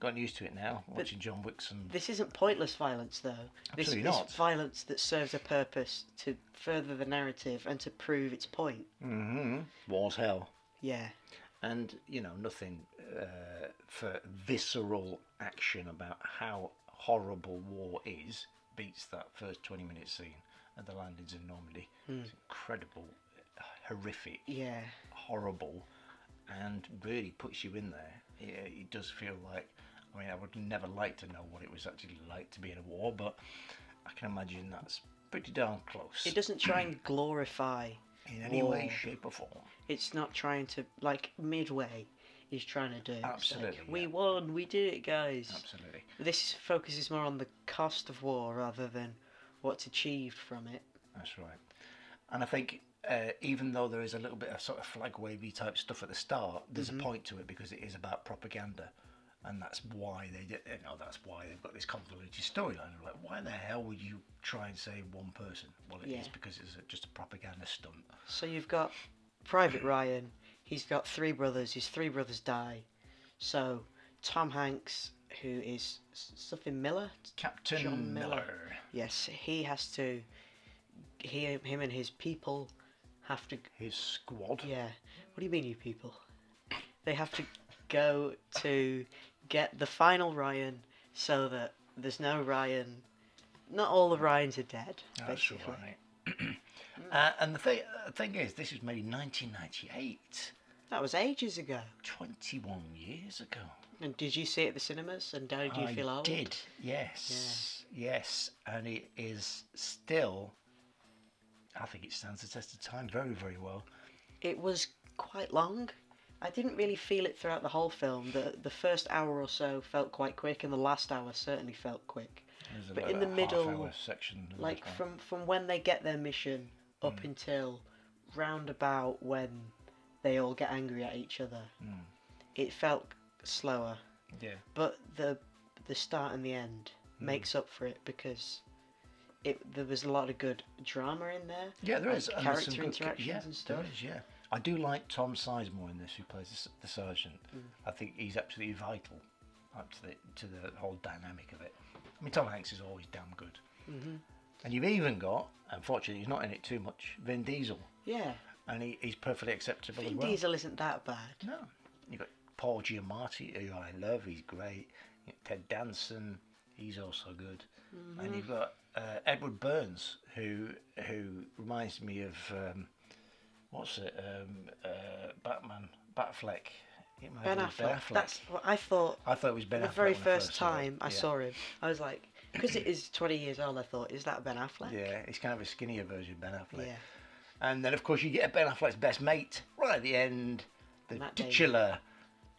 gotten used to it now, watching John Wicks and
This isn't pointless violence, though. This,
Absolutely
this
not.
violence that serves a purpose to further the narrative and to prove its point.
mm war's hell.
Yeah.
And you know nothing uh, for visceral action about how horrible war is beats that first twenty minute scene at the landings in Normandy.
Hmm.
It's incredible, uh, horrific.
Yeah.
horrible and really puts you in there. It, it does feel like, I mean, I would never like to know what it was actually like to be in a war, but I can imagine that's pretty darn close
It doesn't try and glorify
in any way,
war.
shape, or form.
It's not trying to like midway is trying to do. It's like,
Absolutely,
we
yeah.
won, we did it guys.
Absolutely.
This focuses more on the cost of war rather than what's achieved from it.
That's right. And I think uh, even though there is a little bit of sort of flag wavy type stuff at the start, there's
Mm-hmm.
a point to it because it is about propaganda. And that's why they did, you know, that's why they've got this convoluted storyline. Like, why the hell would you try and save one person? Well, it is
Yeah.
because it's a, just a propaganda stunt.
So you've got Private Ryan, he's got three brothers, his three brothers die. So Tom Hanks, who is s- something Miller,
Captain
John Miller.
Miller.
yes, he has to he him and his people have to
his squad.
Yeah. What do you mean, you people? They have to go to get the final Ryan so that there's no Ryan. Not all the Ryans are dead.
Ah, That's
basically. Mm.
right. uh, and the thing, the thing is, this was made in 1998,
That was ages ago.
21 years ago.
And did you see it at the cinemas? And how did you
I
feel old?
did, yes, yes, and it is still. I think it stands the test of time very, very well.
It was quite long. I didn't really feel it throughout the whole film. The the first hour or so felt quite quick, and the last hour certainly felt quick.
There's
But
about
in the
a
middle,
half-hour section, of
like
that.
from from when they get their mission up
Mm.
until roundabout when they all get angry at each other
Mm.
it felt slower
yeah,
but the the start and the end
Mm.
makes up for it because it there was a lot of good drama in there
yeah, there
like
is and there's
character
some good ca-
interactions
yeah,
and
there
stuff
is, yeah, I do like Tom Sizemore in this, who plays the, s- the sergeant. I think he's absolutely vital up to the to the whole dynamic of it. I mean, Tom Hanks is always damn good. And you've even got, unfortunately, he's not in it too much. Vin Diesel,
yeah
and he, he's perfectly acceptable
Vin
as well.
Diesel isn't that bad
No. You've got Paul Giamatti, who I love, he's great. You've got Ted Danson, he's also good.
Mm-hmm.
And you've got uh, Edward Burns, who who reminds me of, um, what's it, um, uh, Batman, Batfleck. It reminds
Ben
me of
Affleck that's what I thought
I thought it was Ben
the
Affleck
very
when I saw
first
it.
time I
Yeah.
saw him I was like because it is 20 years old I thought is that Ben Affleck
Yeah, he's kind of a skinnier version of Ben Affleck.
yeah
And then, of course, you get Ben Affleck's best mate right at the end, the
Matt Damon.
titular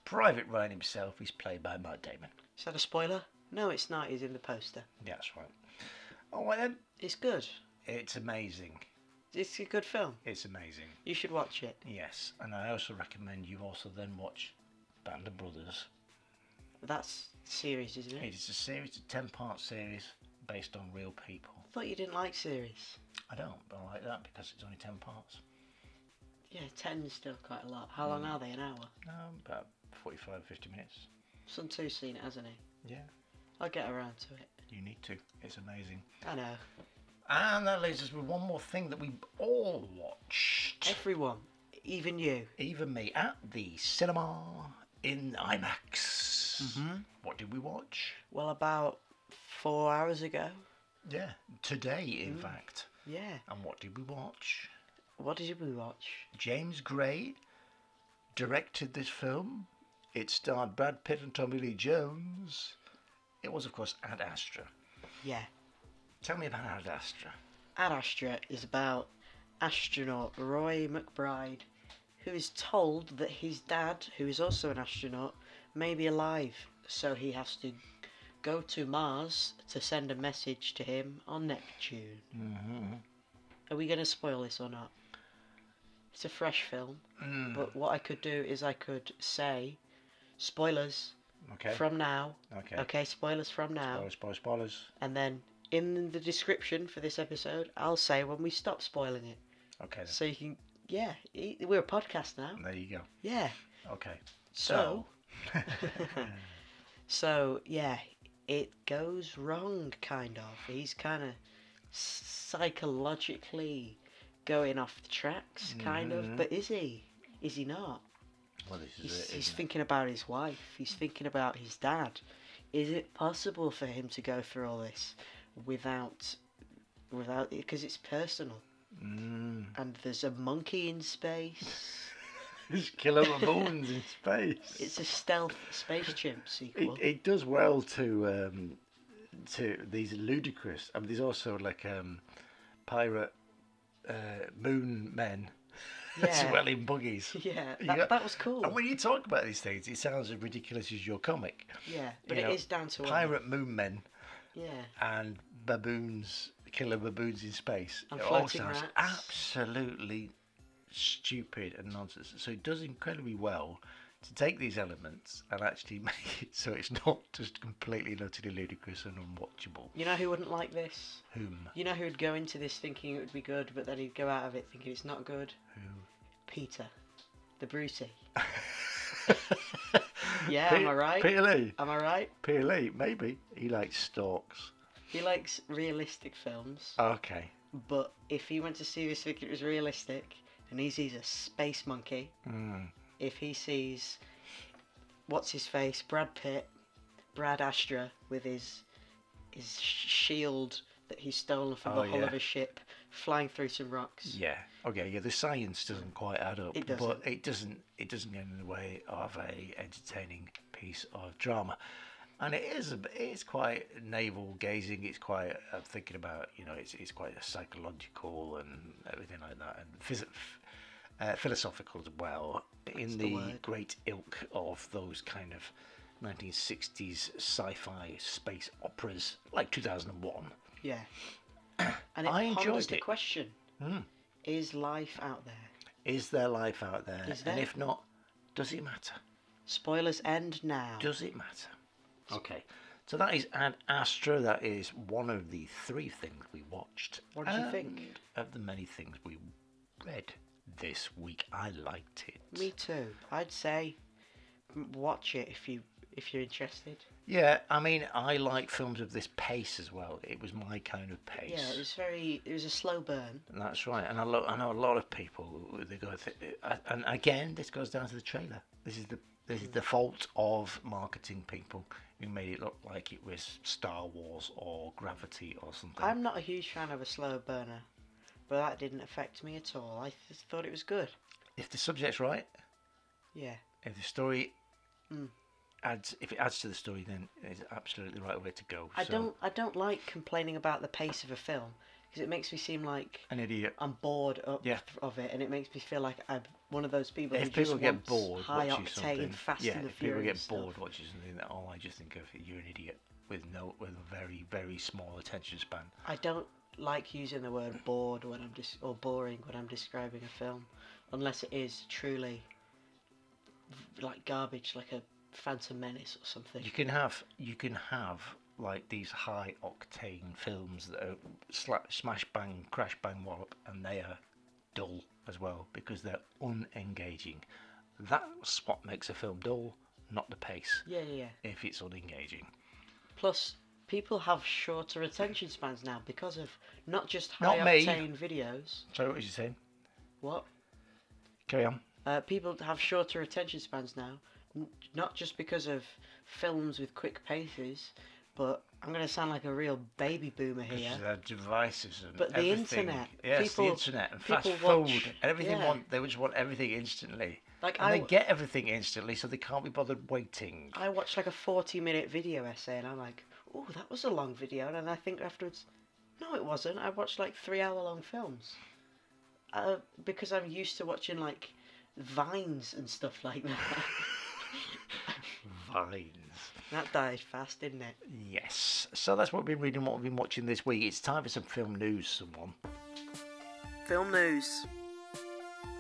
Private Ryan himself is played by Matt Damon.
Is that a spoiler? No, it's not. He's in the poster.
Yeah, that's right. Oh, well, then,
It's good.
it's amazing.
It's a good film.
It's amazing.
You should watch it.
Yes, and I also recommend you also then watch Band of Brothers.
That's series, isn't it?
It is a series, a ten-part series based on real people.
I thought you didn't like series.
I don't, but I like that because it's only ten parts.
Yeah, ten is still quite a lot. How long are they? An hour.
No, about 45, 50 minutes.
Sun Tzu's seen it, hasn't he?
Yeah,
I'll get around to it.
you need to. It's amazing.
I know.
And that leaves us with one more thing that we all watched.
Everyone, even you.
even me at the cinema in IMAX. What did we watch?
Well, about four hours ago.
Yeah, today in
Mm.
fact.
Yeah.
And what did we watch?
What did we watch?
James Gray directed this film. It starred Brad Pitt and Tommy Lee Jones. It was, of course, Ad Astra.
Yeah.
Tell me about Ad Astra.
Ad Astra is about astronaut Roy McBride, who is told that his dad, who is also an astronaut, may be alive, so he has to go to Mars to send a message to him on Neptune.
hmm
Are we going to spoil this or not? It's a fresh film,
Mm.
but what I could do is I could say spoilers
Okay.
from now.
okay.
Okay, spoilers from now.
Spoilers, spoilers, spoilers.
And then in the description for this episode, I'll say when we stop spoiling it.
Okay. Then.
So you can, yeah, e- we're a podcast now.
There you go.
Yeah.
Okay.
So, so yeah, it goes wrong, kind of. He's kind of psychologically going off the tracks, kind of. But is he? Is he not?
Well, this is
He's,
it.
he's
isn't it? Mm.
thinking about his wife. He's thinking about his dad. Is it possible for him to go through all this without, without? Because it's personal,
Mm.
and there's a monkey in space.
There's killer baboons in space.
It's a stealth space chimp
It,
sequel.
it does well to um, to these ludicrous. I mean, there's also like um, pirate uh, moon men as
Yeah.
well in buggies.
yeah,
You
that,
know,
that was cool.
And when you talk about these things, it sounds as ridiculous as your comic.
yeah, but
you
it is
know,
down to earth.
Pirate moon men
Yeah,
and baboons, killer baboons in space.
And
it all
floating
sounds
rats.
absolutely stupid and nonsense. So it does incredibly well to take these elements and actually make it so it's not just completely and utterly ludicrous and unwatchable.
you know who wouldn't like this?
Whom?
You know who would go into this thinking it would be good, but then he'd go out of it thinking it's not good?
Who?
Peter, the Brucey. Yeah, am I right?
Peter Lee.
Am I right?
Peter Lee, maybe. He likes stalks.
He likes realistic films,
Okay.
but if he went to see this thinking it was realistic, and he sees a space monkey,
Mm.
if he sees what's his face, Brad Pitt, Brad Astra with his his sh- shield that he's stolen from
Oh,
the hull
yeah.
of a ship, flying through some rocks.
Yeah. Okay. Yeah. The science doesn't quite add up,
It
but
doesn't.
it doesn't. It doesn't get in the way of a entertaining piece of drama, and it is. a b- It's quite navel gazing. It's quite uh, thinking about. You know, it's it's quite psychological and everything like that, and phys- uh, philosophical as well. in
the
the,
word.
great ilk of those kind of 1960s sci-fi space operas, like 2001.
Yeah. And it
I
ponders
enjoyed
the
it.
question:
Mm.
Is life out there?
Is there life out there?
Is
And
there?
if not, does it matter?
Spoilers end now.
Does it matter? Okay. So that is Ad Astra. That is one of the three things we watched.
What did you
and
think?
Of the many things we read this week, I liked it.
Me too. I'd say m- watch it if you if you're interested.
Yeah, I mean, I like films of this pace as well. It was my kind of pace.
Yeah, it was very. It was a slow burn.
And That's right, and I, lo- I know a lot of people. who- They go, th- uh, and again, this goes down to the trailer. This is the this is the fault of marketing people who made it look like it was Star Wars or Gravity or something.
I'm not a huge fan of a slow burner, but that didn't affect me at all. I th- thought it was good.
If the subject's right,
Yeah.
if the story
Mm.
adds, if it adds to the story, then it's absolutely the right way to go.
I
So,
don't. I don't like complaining about the pace of a film because it makes me seem like
An idiot.
I'm bored up
Yeah.
of it, and it makes me feel like I'm one of those people
If
who just
people get
wants
bored
high
watching
octane,
something,
fast
yeah,
and the
if people get
Furious stuff.
bored watching something, then all I just think of you're an idiot with no with a very very small attention span.
I don't like using the word bored when I'm just or boring when I'm describing a film, unless it is truly like garbage, like a Phantom Menace or something.
You can have you can have like these high octane films that are sla- smash bang crash bang wallop, and they are dull as well because they're unengaging. That's what makes a film dull, not the pace.
Yeah, yeah, yeah.
If it's unengaging,
Plus, people have shorter attention spans now because of not just high
Not me.
octane videos.
so what was you saying?
What?
Carry on.
Uh, people have shorter attention spans now, n- not just because of films with quick paces, but I'm going to sound like a real baby boomer
This
here.
is our devices and
But the
everything.
internet,
yes,
people-
the internet and fast
people
food,
watch-
and everything.
yeah.
Want they just want everything instantly,
Like
and
I,
they
w-
get everything instantly, so they can't be bothered waiting.
I watched like a 40 minute video essay and I'm like, oh, that was a long video. And then I think afterwards, no, it wasn't. I watched like three hour long films. Uh, because I'm used to watching like vines and stuff like that.
Vines.
that died fast, didn't it?
Yes. So that's what we've been reading, what we've been watching this week. It's time for some film news, someone.
Film news.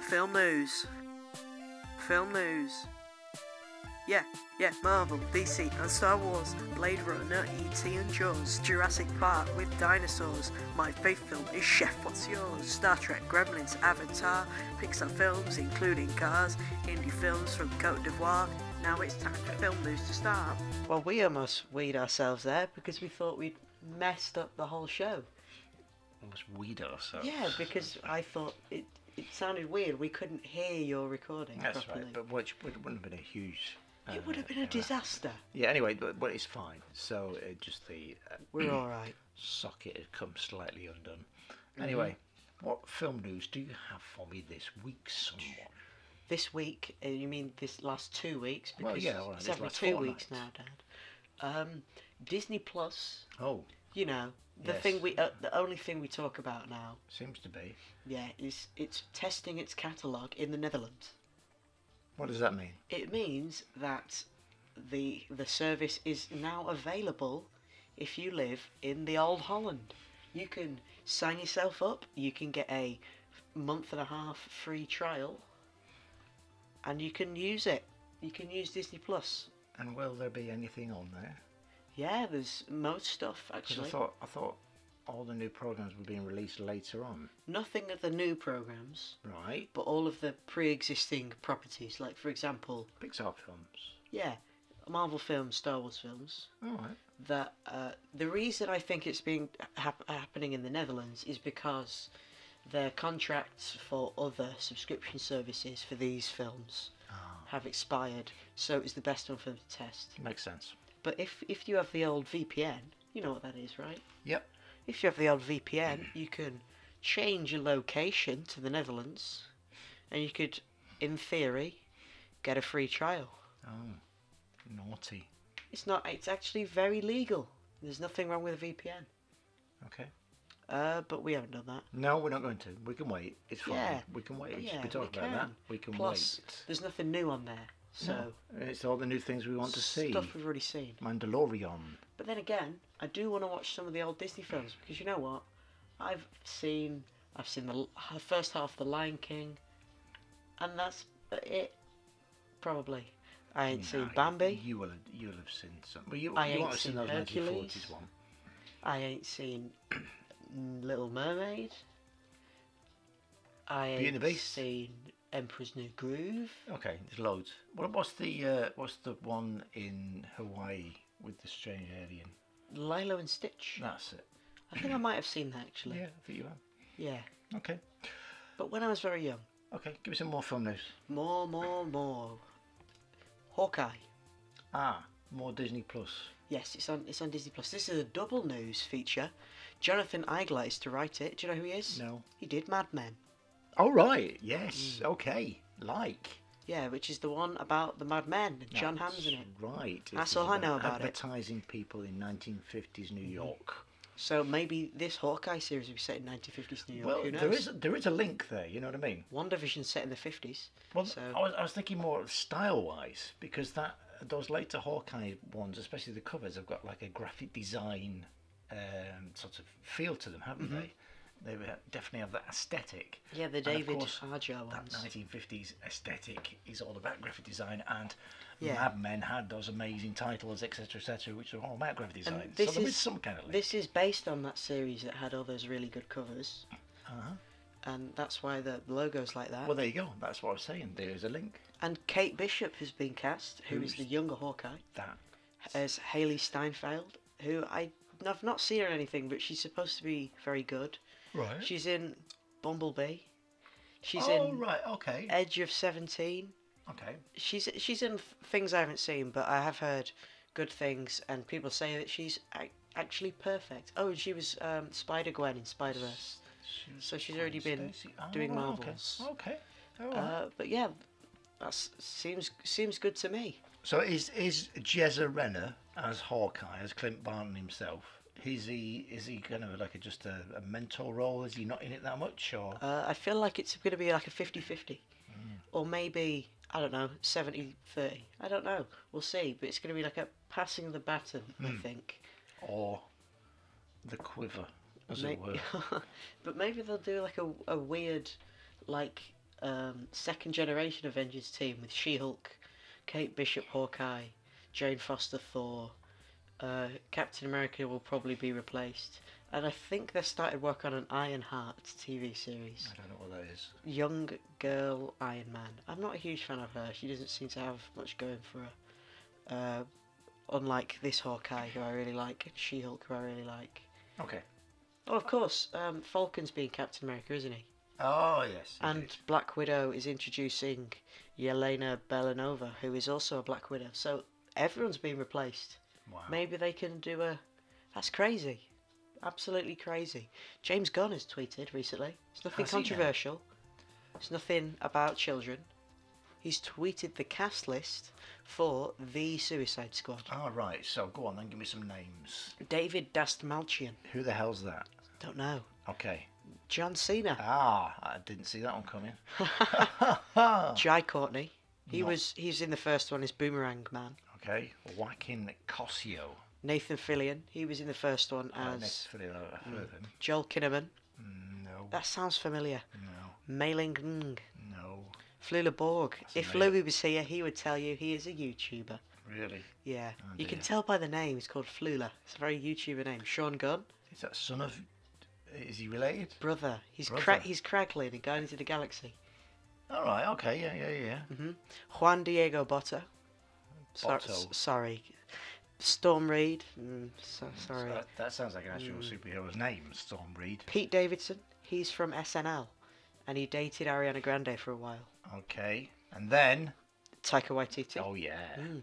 Film news. Film news. Yeah, yeah, Marvel, DC, and Star Wars, Blade Runner, E.T. and Jaws, Jurassic Park with dinosaurs, my fave film is Chef, What's Yours, Star Trek, Gremlins, Avatar, Pixar films including Cars, indie films from Cote d'Ivoire. Now it's time for film news to start.
Well, we almost weed ourselves there because we thought we'd messed up the whole show.
Almost weed ourselves.
Yeah, because I thought it, it sounded weird. We couldn't hear your recording
That's
properly.
right, but uh, which would, wouldn't have been a huge.
it would have been a disaster.
Yeah, anyway, but, but it's fine. So uh, just the uh,
We're all right.
socket had come slightly undone. Anyway, what film news do you have for me this week, someone?
This week, uh, you mean this last two weeks?
Well,
Because
yeah, all right,
it's
this
every
last
two weeks now,
fortnight.
Dad. Um, Disney Plus,
Oh,
you know, the
Yes.
thing we, uh, the only thing we talk about now,
seems to be.
yeah, is it's testing its catalogue in the Netherlands.
What does that mean?
It means that the the service is now available if you live in the old Holland. You can sign yourself up, you can get a month and a half free trial and you can use it. You can use Disney Plus.
And will there be anything on there?
Yeah, there's most stuff
Because I
actually.
thought I thought all the new programs were being released later on,
Nothing of the new programs,
right?
but all of the pre-existing properties like for example,
Pixar films.
yeah, Marvel films, Star Wars films,
All right.
that uh, the reason I think it's been hap- happening in the Netherlands is because their contracts for other subscription services for these films have expired, so it was the best one for them to test.
Makes sense.
But if if you have the old VPN, you know what that is, right?
Yep.
If you have the old VPN, you can change your location to the Netherlands, and you could, in theory, get a free trial.
Oh, naughty.
It's not. It's actually very legal. There's nothing wrong with a VPN.
Okay.
Uh, but we haven't done that.
No, we're not going to. We can wait. It's fine.
Yeah.
We can wait. We
Yeah,
should be talking
we
about that.
can.
We can
Plus,
wait.
there's nothing new on there, so
And it's all the new things we want to see.
stuff we've already seen.
Mandalorian.
But then again, I do want to watch some of the old Disney films because you know what? I've seen I've seen the l- h- first half of The Lion King, and that's it. Probably, I ain't
No,
seen
you-
Bambi.
You will. Have, you will have seen some. Well, you,
I
you
ain't
want to see
seen
those
Hercules.
1940s one.
I ain't seen Little Mermaid. I
Beauty and the
ain't
Beast.
seen Emperor's New Groove.
Okay, there's loads. What, what's the uh, What's the one in Hawaii with the strange alien?
Lilo and Stitch.
That's it.
I think I might have seen that actually.
Yeah, I think you have.
yeah.
Okay.
But when I was very young,
Okay. Give me some more film news.
more, more, more. Hawkeye.
Ah, more Disney Plus.
Yes, it's on. It's on Disney Plus. This is a double news feature. Jonathan Igler is to write it. Do you know who he is?
No.
He did Mad Men.
All right. Yes.
Mm.
Okay. Like.
Yeah, which is the one about the Mad Men. and John
That's
Hamm's in it.
Right. It
That's
is
all I know about it. Mm-hmm.
advertising people in 1950s New York.
So maybe this Hawkeye series will be set in 1950s New York.
Well,
who knows?
there is there is a link there. You know what I mean?
WandaVision set in the 50s.
Well,
so
I was I was thinking more style wise because that those later Hawkeye ones, especially the covers, have got like a graphic design um, sort of feel to them, haven't they? They were- definitely have that aesthetic.
Mm-hmm. yeah, the
And of
David
course,
Arjar
That
ones.
1950s aesthetic is all about graphic design, and
Yeah.
Mad Men had those amazing titles, etc., etc., which are all about graphic
And
design. So there is some kind of link.
this is based on that series that had all those really good covers,
Uh-huh.
and that's why the logo's like that.
Well, there you go. That's what I was saying. There is a link.
and Kate Bishop has been cast, who is
Who's-
the younger Hawkeye,
That
as Haley Steinfeld, who I I've not seen her in anything, but she's supposed to be very good.
right.
She's in Bumblebee. She's
oh
in
right. Okay.
Edge of Seventeen.
Okay.
She's she's in things I haven't seen, but I have heard good things, and people say that she's ac- actually perfect. Oh, and she was um, Spider Gwen in Spider Verse. So she's already been doing
right,
Marvels.
Okay. okay. All right.
Uh, but yeah, that seems seems good to me.
So is is Jezza Renner as Hawkeye as Clint Barton himself? Is he is he kind of like a, just a, a mentor role? Is he not in it that much or?
Uh, I feel like it's going to be like a 50 50. Or maybe, I don't know, 70 30. I don't know. We'll see. But it's going to be like a passing the baton, I think.
or the quiver, as
May-
it were.
but maybe they'll do like a, a weird, like, um, second generation Avengers team with She Hulk, Kate Bishop Hawkeye, Jane Foster Thor. Uh, Captain America will probably be replaced. And I think they started work on an Iron Heart TV series.
I don't know what that is.
young girl Iron Man. I'm not a huge fan of her. She doesn't seem to have much going for her. Uh, unlike this Hawkeye, who I really like, and She Hulk, who I really like.
Okay.
Oh, of course, um, Falcon's being Captain America, isn't he?
Oh yes.
And Black Widow is introducing Yelena Belanova, who is also a Black Widow. So everyone's been replaced.
wow.
Maybe they can do a. That's crazy. Absolutely crazy. James Gunn has tweeted recently. It's nothing
Has he now?
controversial. It's nothing about children. He's tweeted the cast list for The Suicide Squad.
All right. So go on then. Give me some names.
David Dastmalchian.
Who the hell's that?
Don't know.
Okay.
John Cena.
Ah, I didn't see that one coming.
Jai Courtney. He
Not-
was he's in the first one as Boomerang Man.
okay. Joaquin Cosio.
Nathan Fillion. He was in the first one
Uh,
as
next video I've heard of him.
Joel Kinnaman.
Mm, No.
That sounds familiar.
No.
Mei Ling Ng.
No.
Flula Borg. if
amazing.
Louis was here, he would tell you he is a YouTuber.
Really?
Yeah,
Oh,
you can
dear.
tell by the name. He's called Flula. It's a very YouTuber name. Sean Gunn,
Is that son of? Is he related?
brother. He's
Brother.
Cra- he's Kraglin in Guardians of the Galaxy.
All right. Okay. Yeah. Yeah. Yeah.
Juan Diego Botta. Sor-
Botto.
s- sorry, Storm Reed. Mm, so, sorry.
That, that sounds like an actual
Mm.
superhero's name, Storm Reed.
Pete Davidson. He's from SNL, and he dated Ariana Grande for a while.
Okay. And then.
Taika Waititi.
Oh yeah.
Hmm.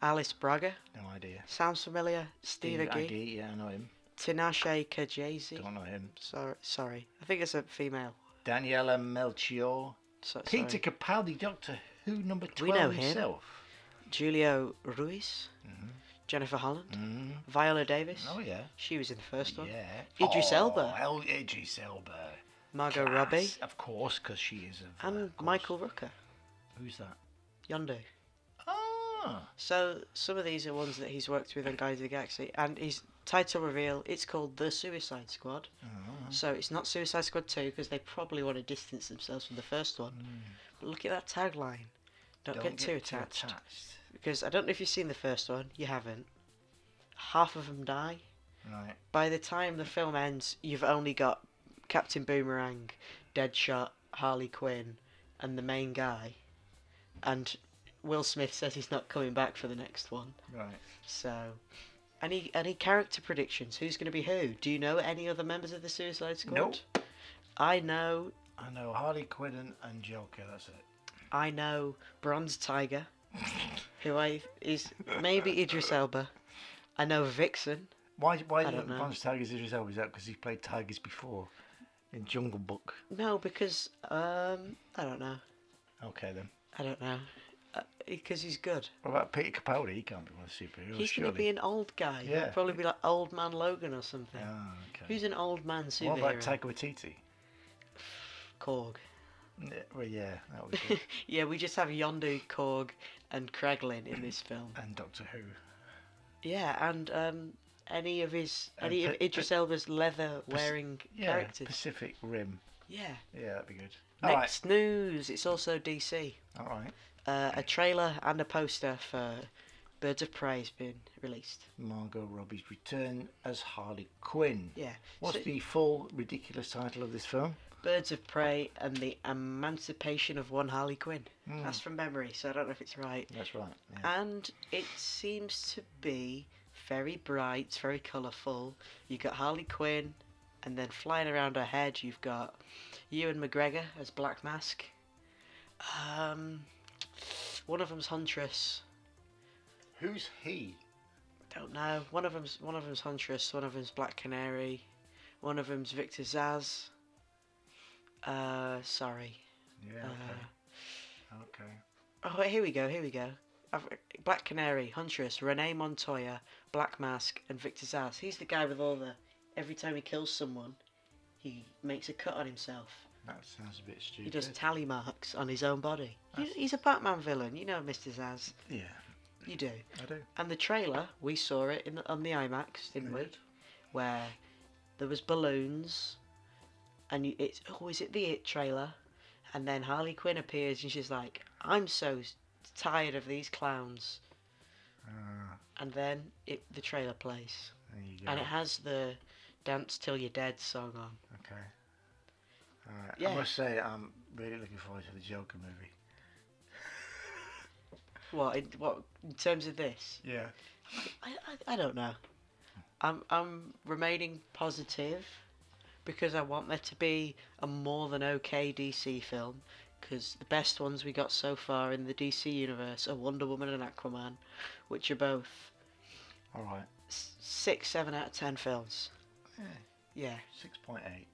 Alice Braga.
No idea.
Sounds familiar. Steve
Steve
Agee.
Agee, Yeah, I know him.
Tinashe Kajazi.
Don't know him.
Sorry, sorry. I think it's a female.
Daniela Melchior.
So,
Peter
sorry.
Capaldi, Doctor Who number 12
We know him.
himself.
Julio Ruiz. Jennifer Holland.
Mhm.
Viola Davis.
Mm-hmm. Oh, yeah.
She was in the first one.
Yeah.
Idris
oh,
Elba.
Well, Idris Elba.
Margot
Class,
Robbie.
Of course, because she is. Of, uh,
And
of course.
Michael Rooker.
Who's that?
Yondu.
Ah.
So some of these are ones that he's worked with on Guardians of the Galaxy. And his title reveal, it's called The Suicide Squad.
Mm.
So it's not Suicide Squad 2 because they probably want to distance themselves from the first one.
Mm.
But look at that tagline. Don't, get, too attached. Because I don't know if you've seen the first one. You haven't. Half of them die.
Right.
by the time the film ends, you've only got Captain Boomerang, Deadshot, Harley Quinn, and the main guy. And Will Smith says he's not coming back for the next one.
Right.
So, any any character predictions? Who's going to be who? Do you know any other members of the Suicide Squad?
Nope.
I know,
I know Harley Quinn and, and Joker. That's it.
I know Bronze Tiger, who I is maybe Idris Elba. I know Vixen.
Why? Why
I
do you
don't know.
punch Tigers Idris Elba? Is that because he played Tigers before in Jungle Book?
No, because um, I don't know.
Okay then.
I don't know. Because he's good.
What about Peter Capaldi? He can't be one of the superheroes.
he's
Oh,
going
surely.
to be an old guy.
Yeah.
He'll probably be like Old Man Logan or something.
Ah, okay.
Who's an old man superhero?
What about Taika Waititi?
Korg.
Yeah, Well, yeah, that would be good.
Yeah, we just have Yondu, Korg, and Kraglin in this film.
and Doctor Who.
Yeah, and um, any of his,
And
any
Pa-
of
Pa-
Idris Elba's leather-wearing
Yeah,
characters.
Pacific Rim.
yeah.
Yeah, that'd be good. All right,
Next news. It's also DC.
all right.
Uh, a trailer and a poster for Birds of Prey has been released.
Margot Robbie's return as Harley Quinn.
Yeah.
What's
So-
the full ridiculous title of this film?
Birds of Prey and the Emancipation of One Harley Quinn. That's from memory, so I don't know if it's right.
That's right. Hmm. Yeah.
And it seems to be very bright, very colourful. You've got Harley Quinn, and then flying around her head, you've got Ewan McGregor as Black Mask. Um, one of them's Huntress.
Who's he?
Don't know. One of them's one of them's Huntress. One of them's Black Canary. One of them's Victor Zaz. Uh, sorry.
Yeah.
Uh,
Okay. okay.
Oh, here we go, here we go. I've, Black Canary, Huntress, Renee Montoya, Black Mask, and Victor Zaz. He's the guy with all the. Every time he kills someone, he makes a cut on himself.
That sounds a bit stupid.
He does tally marks on his own body. He's, he's a Batman villain, you know, Mr. Zaz.
yeah,
You do.
I do.
And the trailer, we saw it in the, on the IMAX, didn't we?
Right.
Where there was balloons, and you, it's oh, is it the It trailer? And then Harley Quinn appears, and she's like, "I'm so s- tired of these clowns."
Ah,
And then it the trailer plays,
there you go.
and it has the "Dance Till You're Dead" song on.
Okay. Alright.
Yeah.
I must say, I'm really looking forward to the Joker movie.
What in, what in terms of this?
Yeah.
I, I, I don't know. I'm I'm remaining positive because I want there to be a more than okay DC film because the best ones we got so far in the DC universe are Wonder Woman and Aquaman, which are both
All right.
s- six, seven out of ten films.
Yeah.
Yeah,
Six point eight.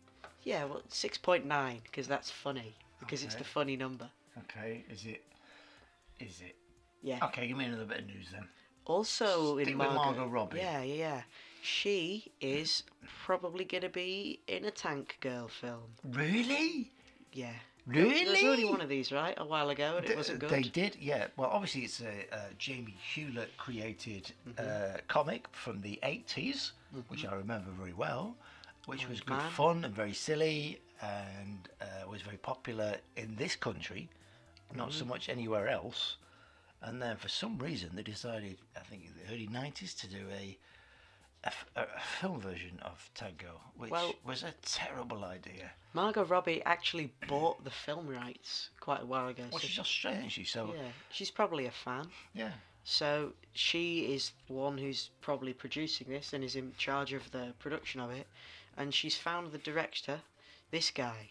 yeah. Well, six point nine because that's funny because it's
Okay.
the funny number.
Okay. Is it? Is it?
Yeah.
Okay. Give me another bit of news then.
Also
Ah, Stick
in
with
Margot,
Margot Robbie.
Yeah, yeah, yeah. She is probably gonna be in a Tank Girl film.
Really?
Yeah.
Really?
There was already one of these, right? A while ago, and it
Th-
wasn't good.
They did, yeah. Well, obviously, it's a, uh Jamie Hewlett created
Mm-hmm.
uh, comic from the 80s, which I remember very well, which was good
Oh, man.
fun and very silly and uh, was very popular in this country, not
Mm-hmm.
so much anywhere else. And then for some reason, they decided, I think in the early 90s, to do a, a f- a- a film version of Tango, which
Well-
was a terrible idea.
Margot Robbie actually bought the film rights quite a while ago.
Well,
so
she's Australian, she, so
yeah, she's probably a fan.
yeah.
So she is the one who's probably producing this and is in charge of the production of it. And she's found the director, this guy,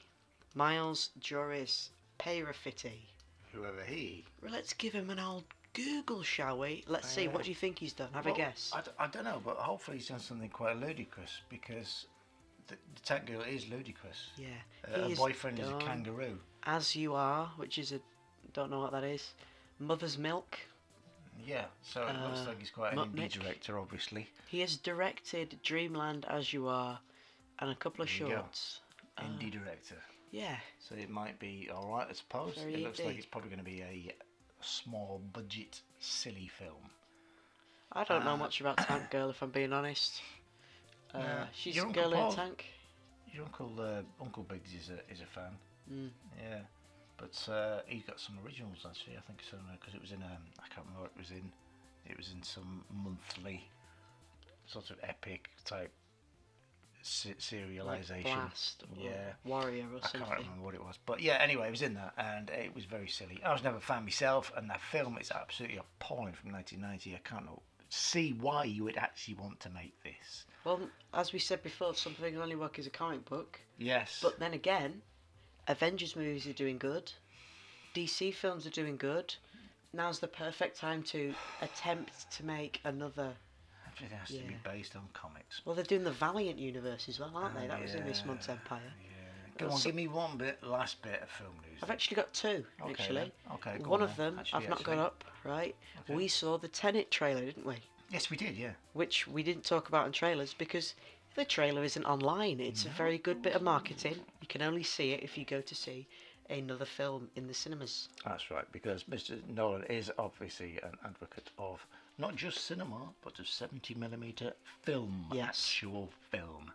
Miles Joris Peirafitti.
Whoever he
Well, let's give him an old Google, shall we? Let's see. What do you think he's done? Have a
Uh, Well,
guess.
I, d- I don't know, but hopefully he's done something quite ludicrous because the, the Tank Girl is ludicrous.
Yeah.
Uh, her
he's
boyfriend is a
done-
kangaroo.
As You Are, which is a don't know what that is. Mother's Milk.
Yeah, so it looks
Uh,
like he's quite an indie
Mutt-Nick.
director, obviously.
He has directed Dreamland As You Are and a couple of
There you go.
shorts. Uh,
Indie director.
Yeah.
So it might be all right, I suppose.
Very
it looks like
indie.
it's probably going to be a small budget, silly film.
I don't
Uh,
know much about Tank Girl if I'm being honest. Uh,
Yeah.
she's
Your
a
Uncle
girl in
Paul.
a tank.
Your uncle, uh, Uncle Biggs, is a is a fan.
Mm.
Yeah, but uh, he's got some originals actually. I think so because it was in um, I can't remember what it was in. It was in some monthly sort of epic type se-
Like
serialization.
Blast or
yeah.
Warrior or
I can't
something.
remember what it was, but yeah. Anyway, it was in that, and it was very silly. I was never a fan myself, and that film is absolutely appalling from 1990. I can't know- see why you would actually want to make this.
Well, as we said before, something can only work as a comic book.
Yes,
But then again, Avengers movies are doing good. DC films are doing good. Now's the perfect time to attempt to make another.
everything has to be
yeah.
based on comics.
Well, they're doing the Valiant universe as well, aren't they? That was in this
Yeah,
month's Empire.
Yeah. Go
Uh,
on,
so-
give me one bit, last bit of film news.
I've actually got two,
Okay
actually.
then. Okay, go
One
on
of
then.
them
Actually,
I've not got
actually.
up, right?
Okay.
We saw the Tenet trailer, didn't we?
yes, we did, yeah.
Which we didn't talk about in trailers because the trailer isn't online. It's a very good bit of marketing. You can only see it if you go to see another film in the cinemas.
That's right, because Mr. Nolan is obviously an advocate of not just cinema, but of 70mm film,
Yes.
actual film.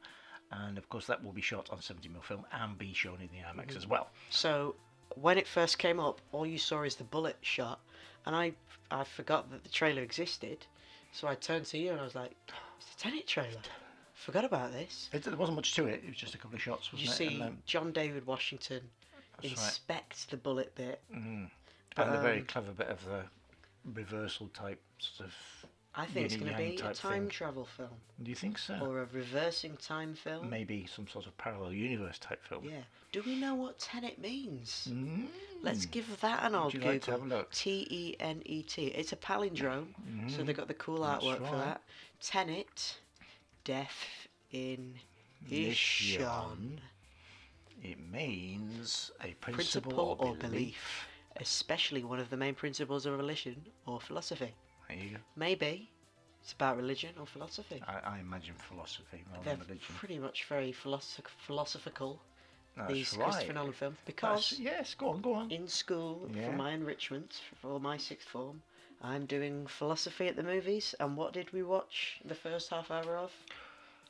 And of course, that will be shot on 70mm film and be shown in the IMAX
Mm-hmm.
as well.
So when it first came up, all you saw is the bullet shot, and I I forgot that the trailer existed. So I turned to you and I was like, "Oh, "It's the Tenet trailer. Forgot about this."
It, there wasn't much to it, it was just a couple of shots,
Did you
wasn't it?
see
and, um,
John David Washington
right.
inspect the bullet bit?
and a
um,
very clever bit of the reversal type sort of.
I think it's
yin
going to
and yang
be a
type
time
thing.
travel film
Do you think so?
or a reversing time film.
Maybe some sort of parallel universe type film.
Yeah. Do we know what Tenet means?
Mm.
Let's give that an old
you
Google.
like to have a look? Mm-hmm.
T E N E T. It's a palindrome, so they got the cool
That's
artwork for
right.
that. Tenet, death in Ishon,
It means a principle,
principle or
belief.
belief, especially one of the main principles of religion or philosophy.
There you go.
Maybe it's about religion or philosophy.
I, I imagine philosophy more
They're
than religion.
pretty much very philosoph- philosophical,
That's
these
right.
Christopher Nolan films, because
That's- yes, go on, go on.
in school
Yeah.
for my enrichment for my sixth form, I'm doing philosophy at the movies. And what did we watch the first half hour of?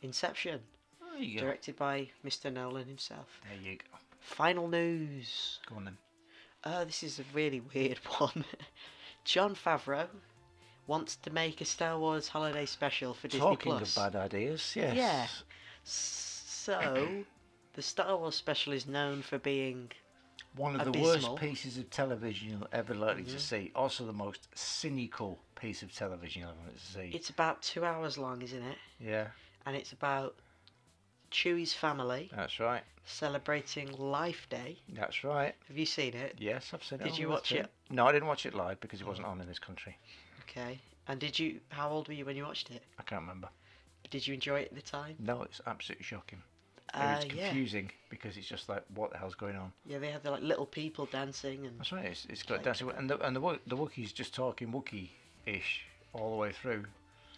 Inception,
There you go.
directed by Mr. Nolan himself.
There you go.
Final news.
Go on then.
Oh, this is a really weird one. John Favreau wants to make a Star Wars holiday special for Disney
Talking
Plus.
of bad ideas, yes.
Yeah. So, the Star Wars special is known for being
One of the
Abysmal. Mm-hmm.
worst pieces of television you'll ever likely to see. Also, the most cynical piece of television you'll ever see.
it's about two hours long, isn't it?
yeah,
And it's about Chewie's family
that's right.
celebrating Life Day.
That's right.
Have you seen it?
Yes, I've seen it.
Did
on
you
the
watch
thing.
it? Mm.
No, I didn't watch it live because it wasn't on in this country.
Okay. And did you? How old were you when you watched it?
I can't remember.
Did you enjoy it at the time?
No, it's absolutely shocking.
Uh,
it's
yeah.
confusing because it's just like, what the hell's going on?
Yeah, they had the, like little people dancing and
That's right. It's, it's got dancing, and the and the Wo- the Wookiees just talking Wookiee-ish all the way through.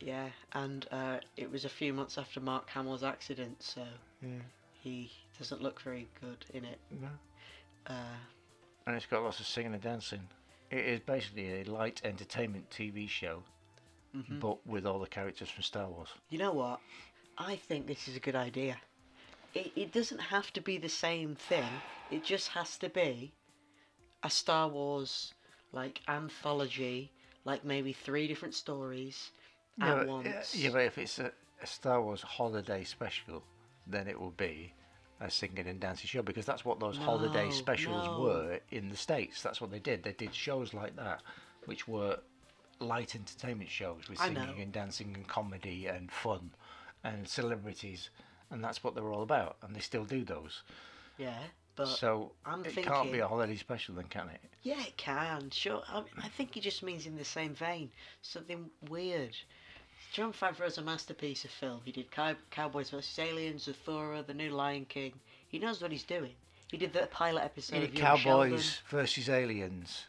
yeah, and uh, it was a few months after Mark Hamill's accident, so
Yeah.
he doesn't look very good in it.
No.
Uh,
And it's got lots of singing and dancing. It is basically a light entertainment TV show,
Mm-hmm.
but with all the characters from Star Wars.
You know what? I think this is a good idea. It, it doesn't have to be the same thing. It just has to be a Star Wars like anthology, like maybe three different stories at
but,
once.
uh, yeah, but if it's a, a Star Wars holiday special, then it will be a singing and dancing show because that's what those holiday
No,
specials
no.
were in the States. That's what they did. They did shows like that, which were light entertainment shows with
I
singing
know.
and dancing and comedy and fun and celebrities. And that's what they were all about, and they still do those.
Yeah, but
so
I'm
it can't be
thinking-
a holiday special, then, can it?
yeah, it can. Sure, I, I think he just means in the same vein. Something weird. John Favreau's a masterpiece of film. He did Cow- Cowboys vs Aliens, Zathura, The New Lion King. He knows what he's doing. He did the pilot episode
He
of
did
Young Sheldon.
Cowboys versus Aliens.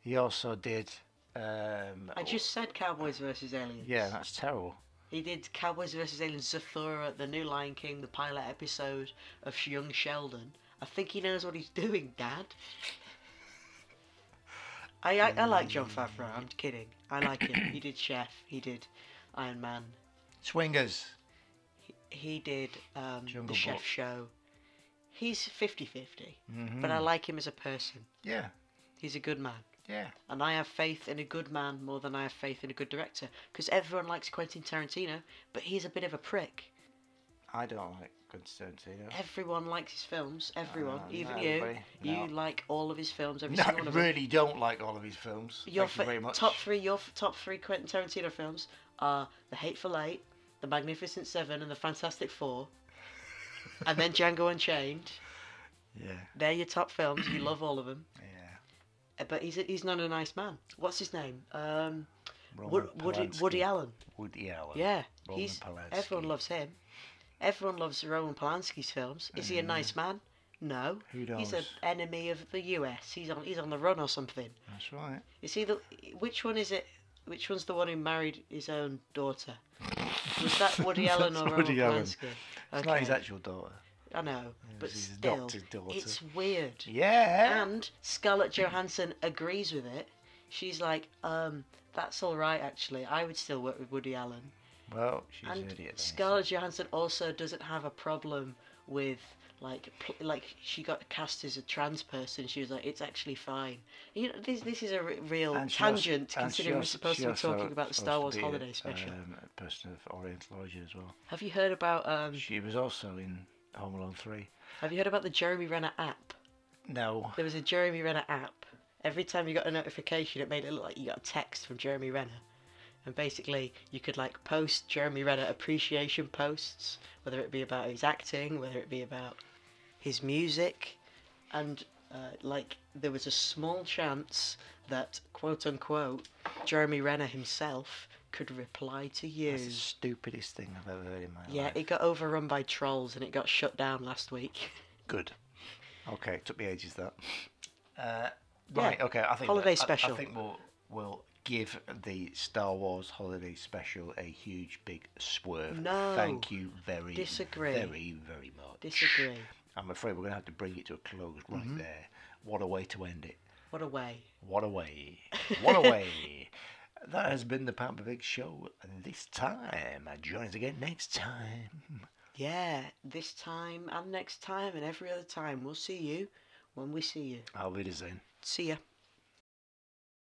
He also did. Um,
I just said Cowboys versus Aliens.
Yeah, that's terrible.
He did Cowboys versus Aliens, Zathura, The New Lion King, the pilot episode of Sh- Young Sheldon. I think he knows what he's doing, Dad. I, I, I like John Favreau, I'm kidding. I like him. He did Chef, he did Iron Man,
Swingers.
he did um, The
Jungle
Chef
Book.
Show. He's 50 50, but
Mm.
I like him as a person.
Mm-hmm. Yeah,
He's a good man.
yeah.
And I have faith in a good man more than I have faith in a good director. Because everyone likes Quentin Tarantino, but he's a bit of a prick.
I don't like Constantino.
Everyone likes his films. Everyone,
Uh,
even
no,
you,
everybody-
you
no.
like all of his films. Every
No,
single
I
one of them.
really don't like all of his films.
Your
Thank you
fa-
very much.
top three, your f- top three Quentin Tarantino films are The Hateful Eight, The Magnificent Seven, and The Fantastic Four. and then Django Unchained.
Yeah,
They're your top films. You love all of them.
yeah.
Uh, But he's a, he's not a nice man. What's his name? Um,
Roman
Wood, Woody, Woody
Polanski.
Allen.
Woody Allen.
Yeah,
Roman
he's
Polanski.
everyone loves him. Everyone loves Roman Polanski's films. Is he a nice man? No.
Who
He's an
knows?
enemy of the U.S. He's on he's on the run or something.
That's right.
Is he the which one is it? Which one's the one who married his own daughter? Was that Woody Allen or
That's
Roman
Woody Allen.
Polanski?
It's not his actual daughter.
I know, but
it's his
still,
adopted daughter.
it's weird.
Yeah.
And Scarlett Johansson agrees with it. She's like, um, that's all right. Actually, I would still work with Woody Allen.
well, she's an
And
idiot. Then,
Scarlett Johansson also doesn't have a problem with like pl- like she got cast as a trans person. She was like, it's actually fine. You know, this this is a re- real
And she also-
tangent
and she
considering we're
also-
supposed
she
to be
also
talking about the
supposed
Star
to
Wars
be a-
holiday special.
Um, a person of Oriental origin as well.
have you heard about um?
She was also in Home Alone 3.
Have you heard about the Jeremy Renner app?
No.
There was a Jeremy Renner app. Every time you got a notification, it made it look like you got a text from Jeremy Renner. And basically, you could like post Jeremy Renner appreciation posts, whether it be about his acting, whether it be about his music. And uh, like, there was a small chance that, quote unquote, Jeremy Renner himself could reply to you.
That's the stupidest thing I've ever heard in my
Yeah,
life.
it got overrun by trolls and it got shut down last week.
Good. Okay, it took me ages that. Uh, Right. Okay. I think
Holiday
I- I,
special.
think we'll we'll give the Star Wars holiday special a huge big swerve.
No.
Thank you very
Disagree.
very very much.
Disagree. Mm-hmm.
I'm afraid we're going to have to bring it to a close right there. What a way to end it.
What a way.
What a way. What a way. That has been the Pamper Big Show this time. Join us again next time.
Yeah, this time and next time and every other time. We'll see you when we see you.
I'll be the same.
See ya.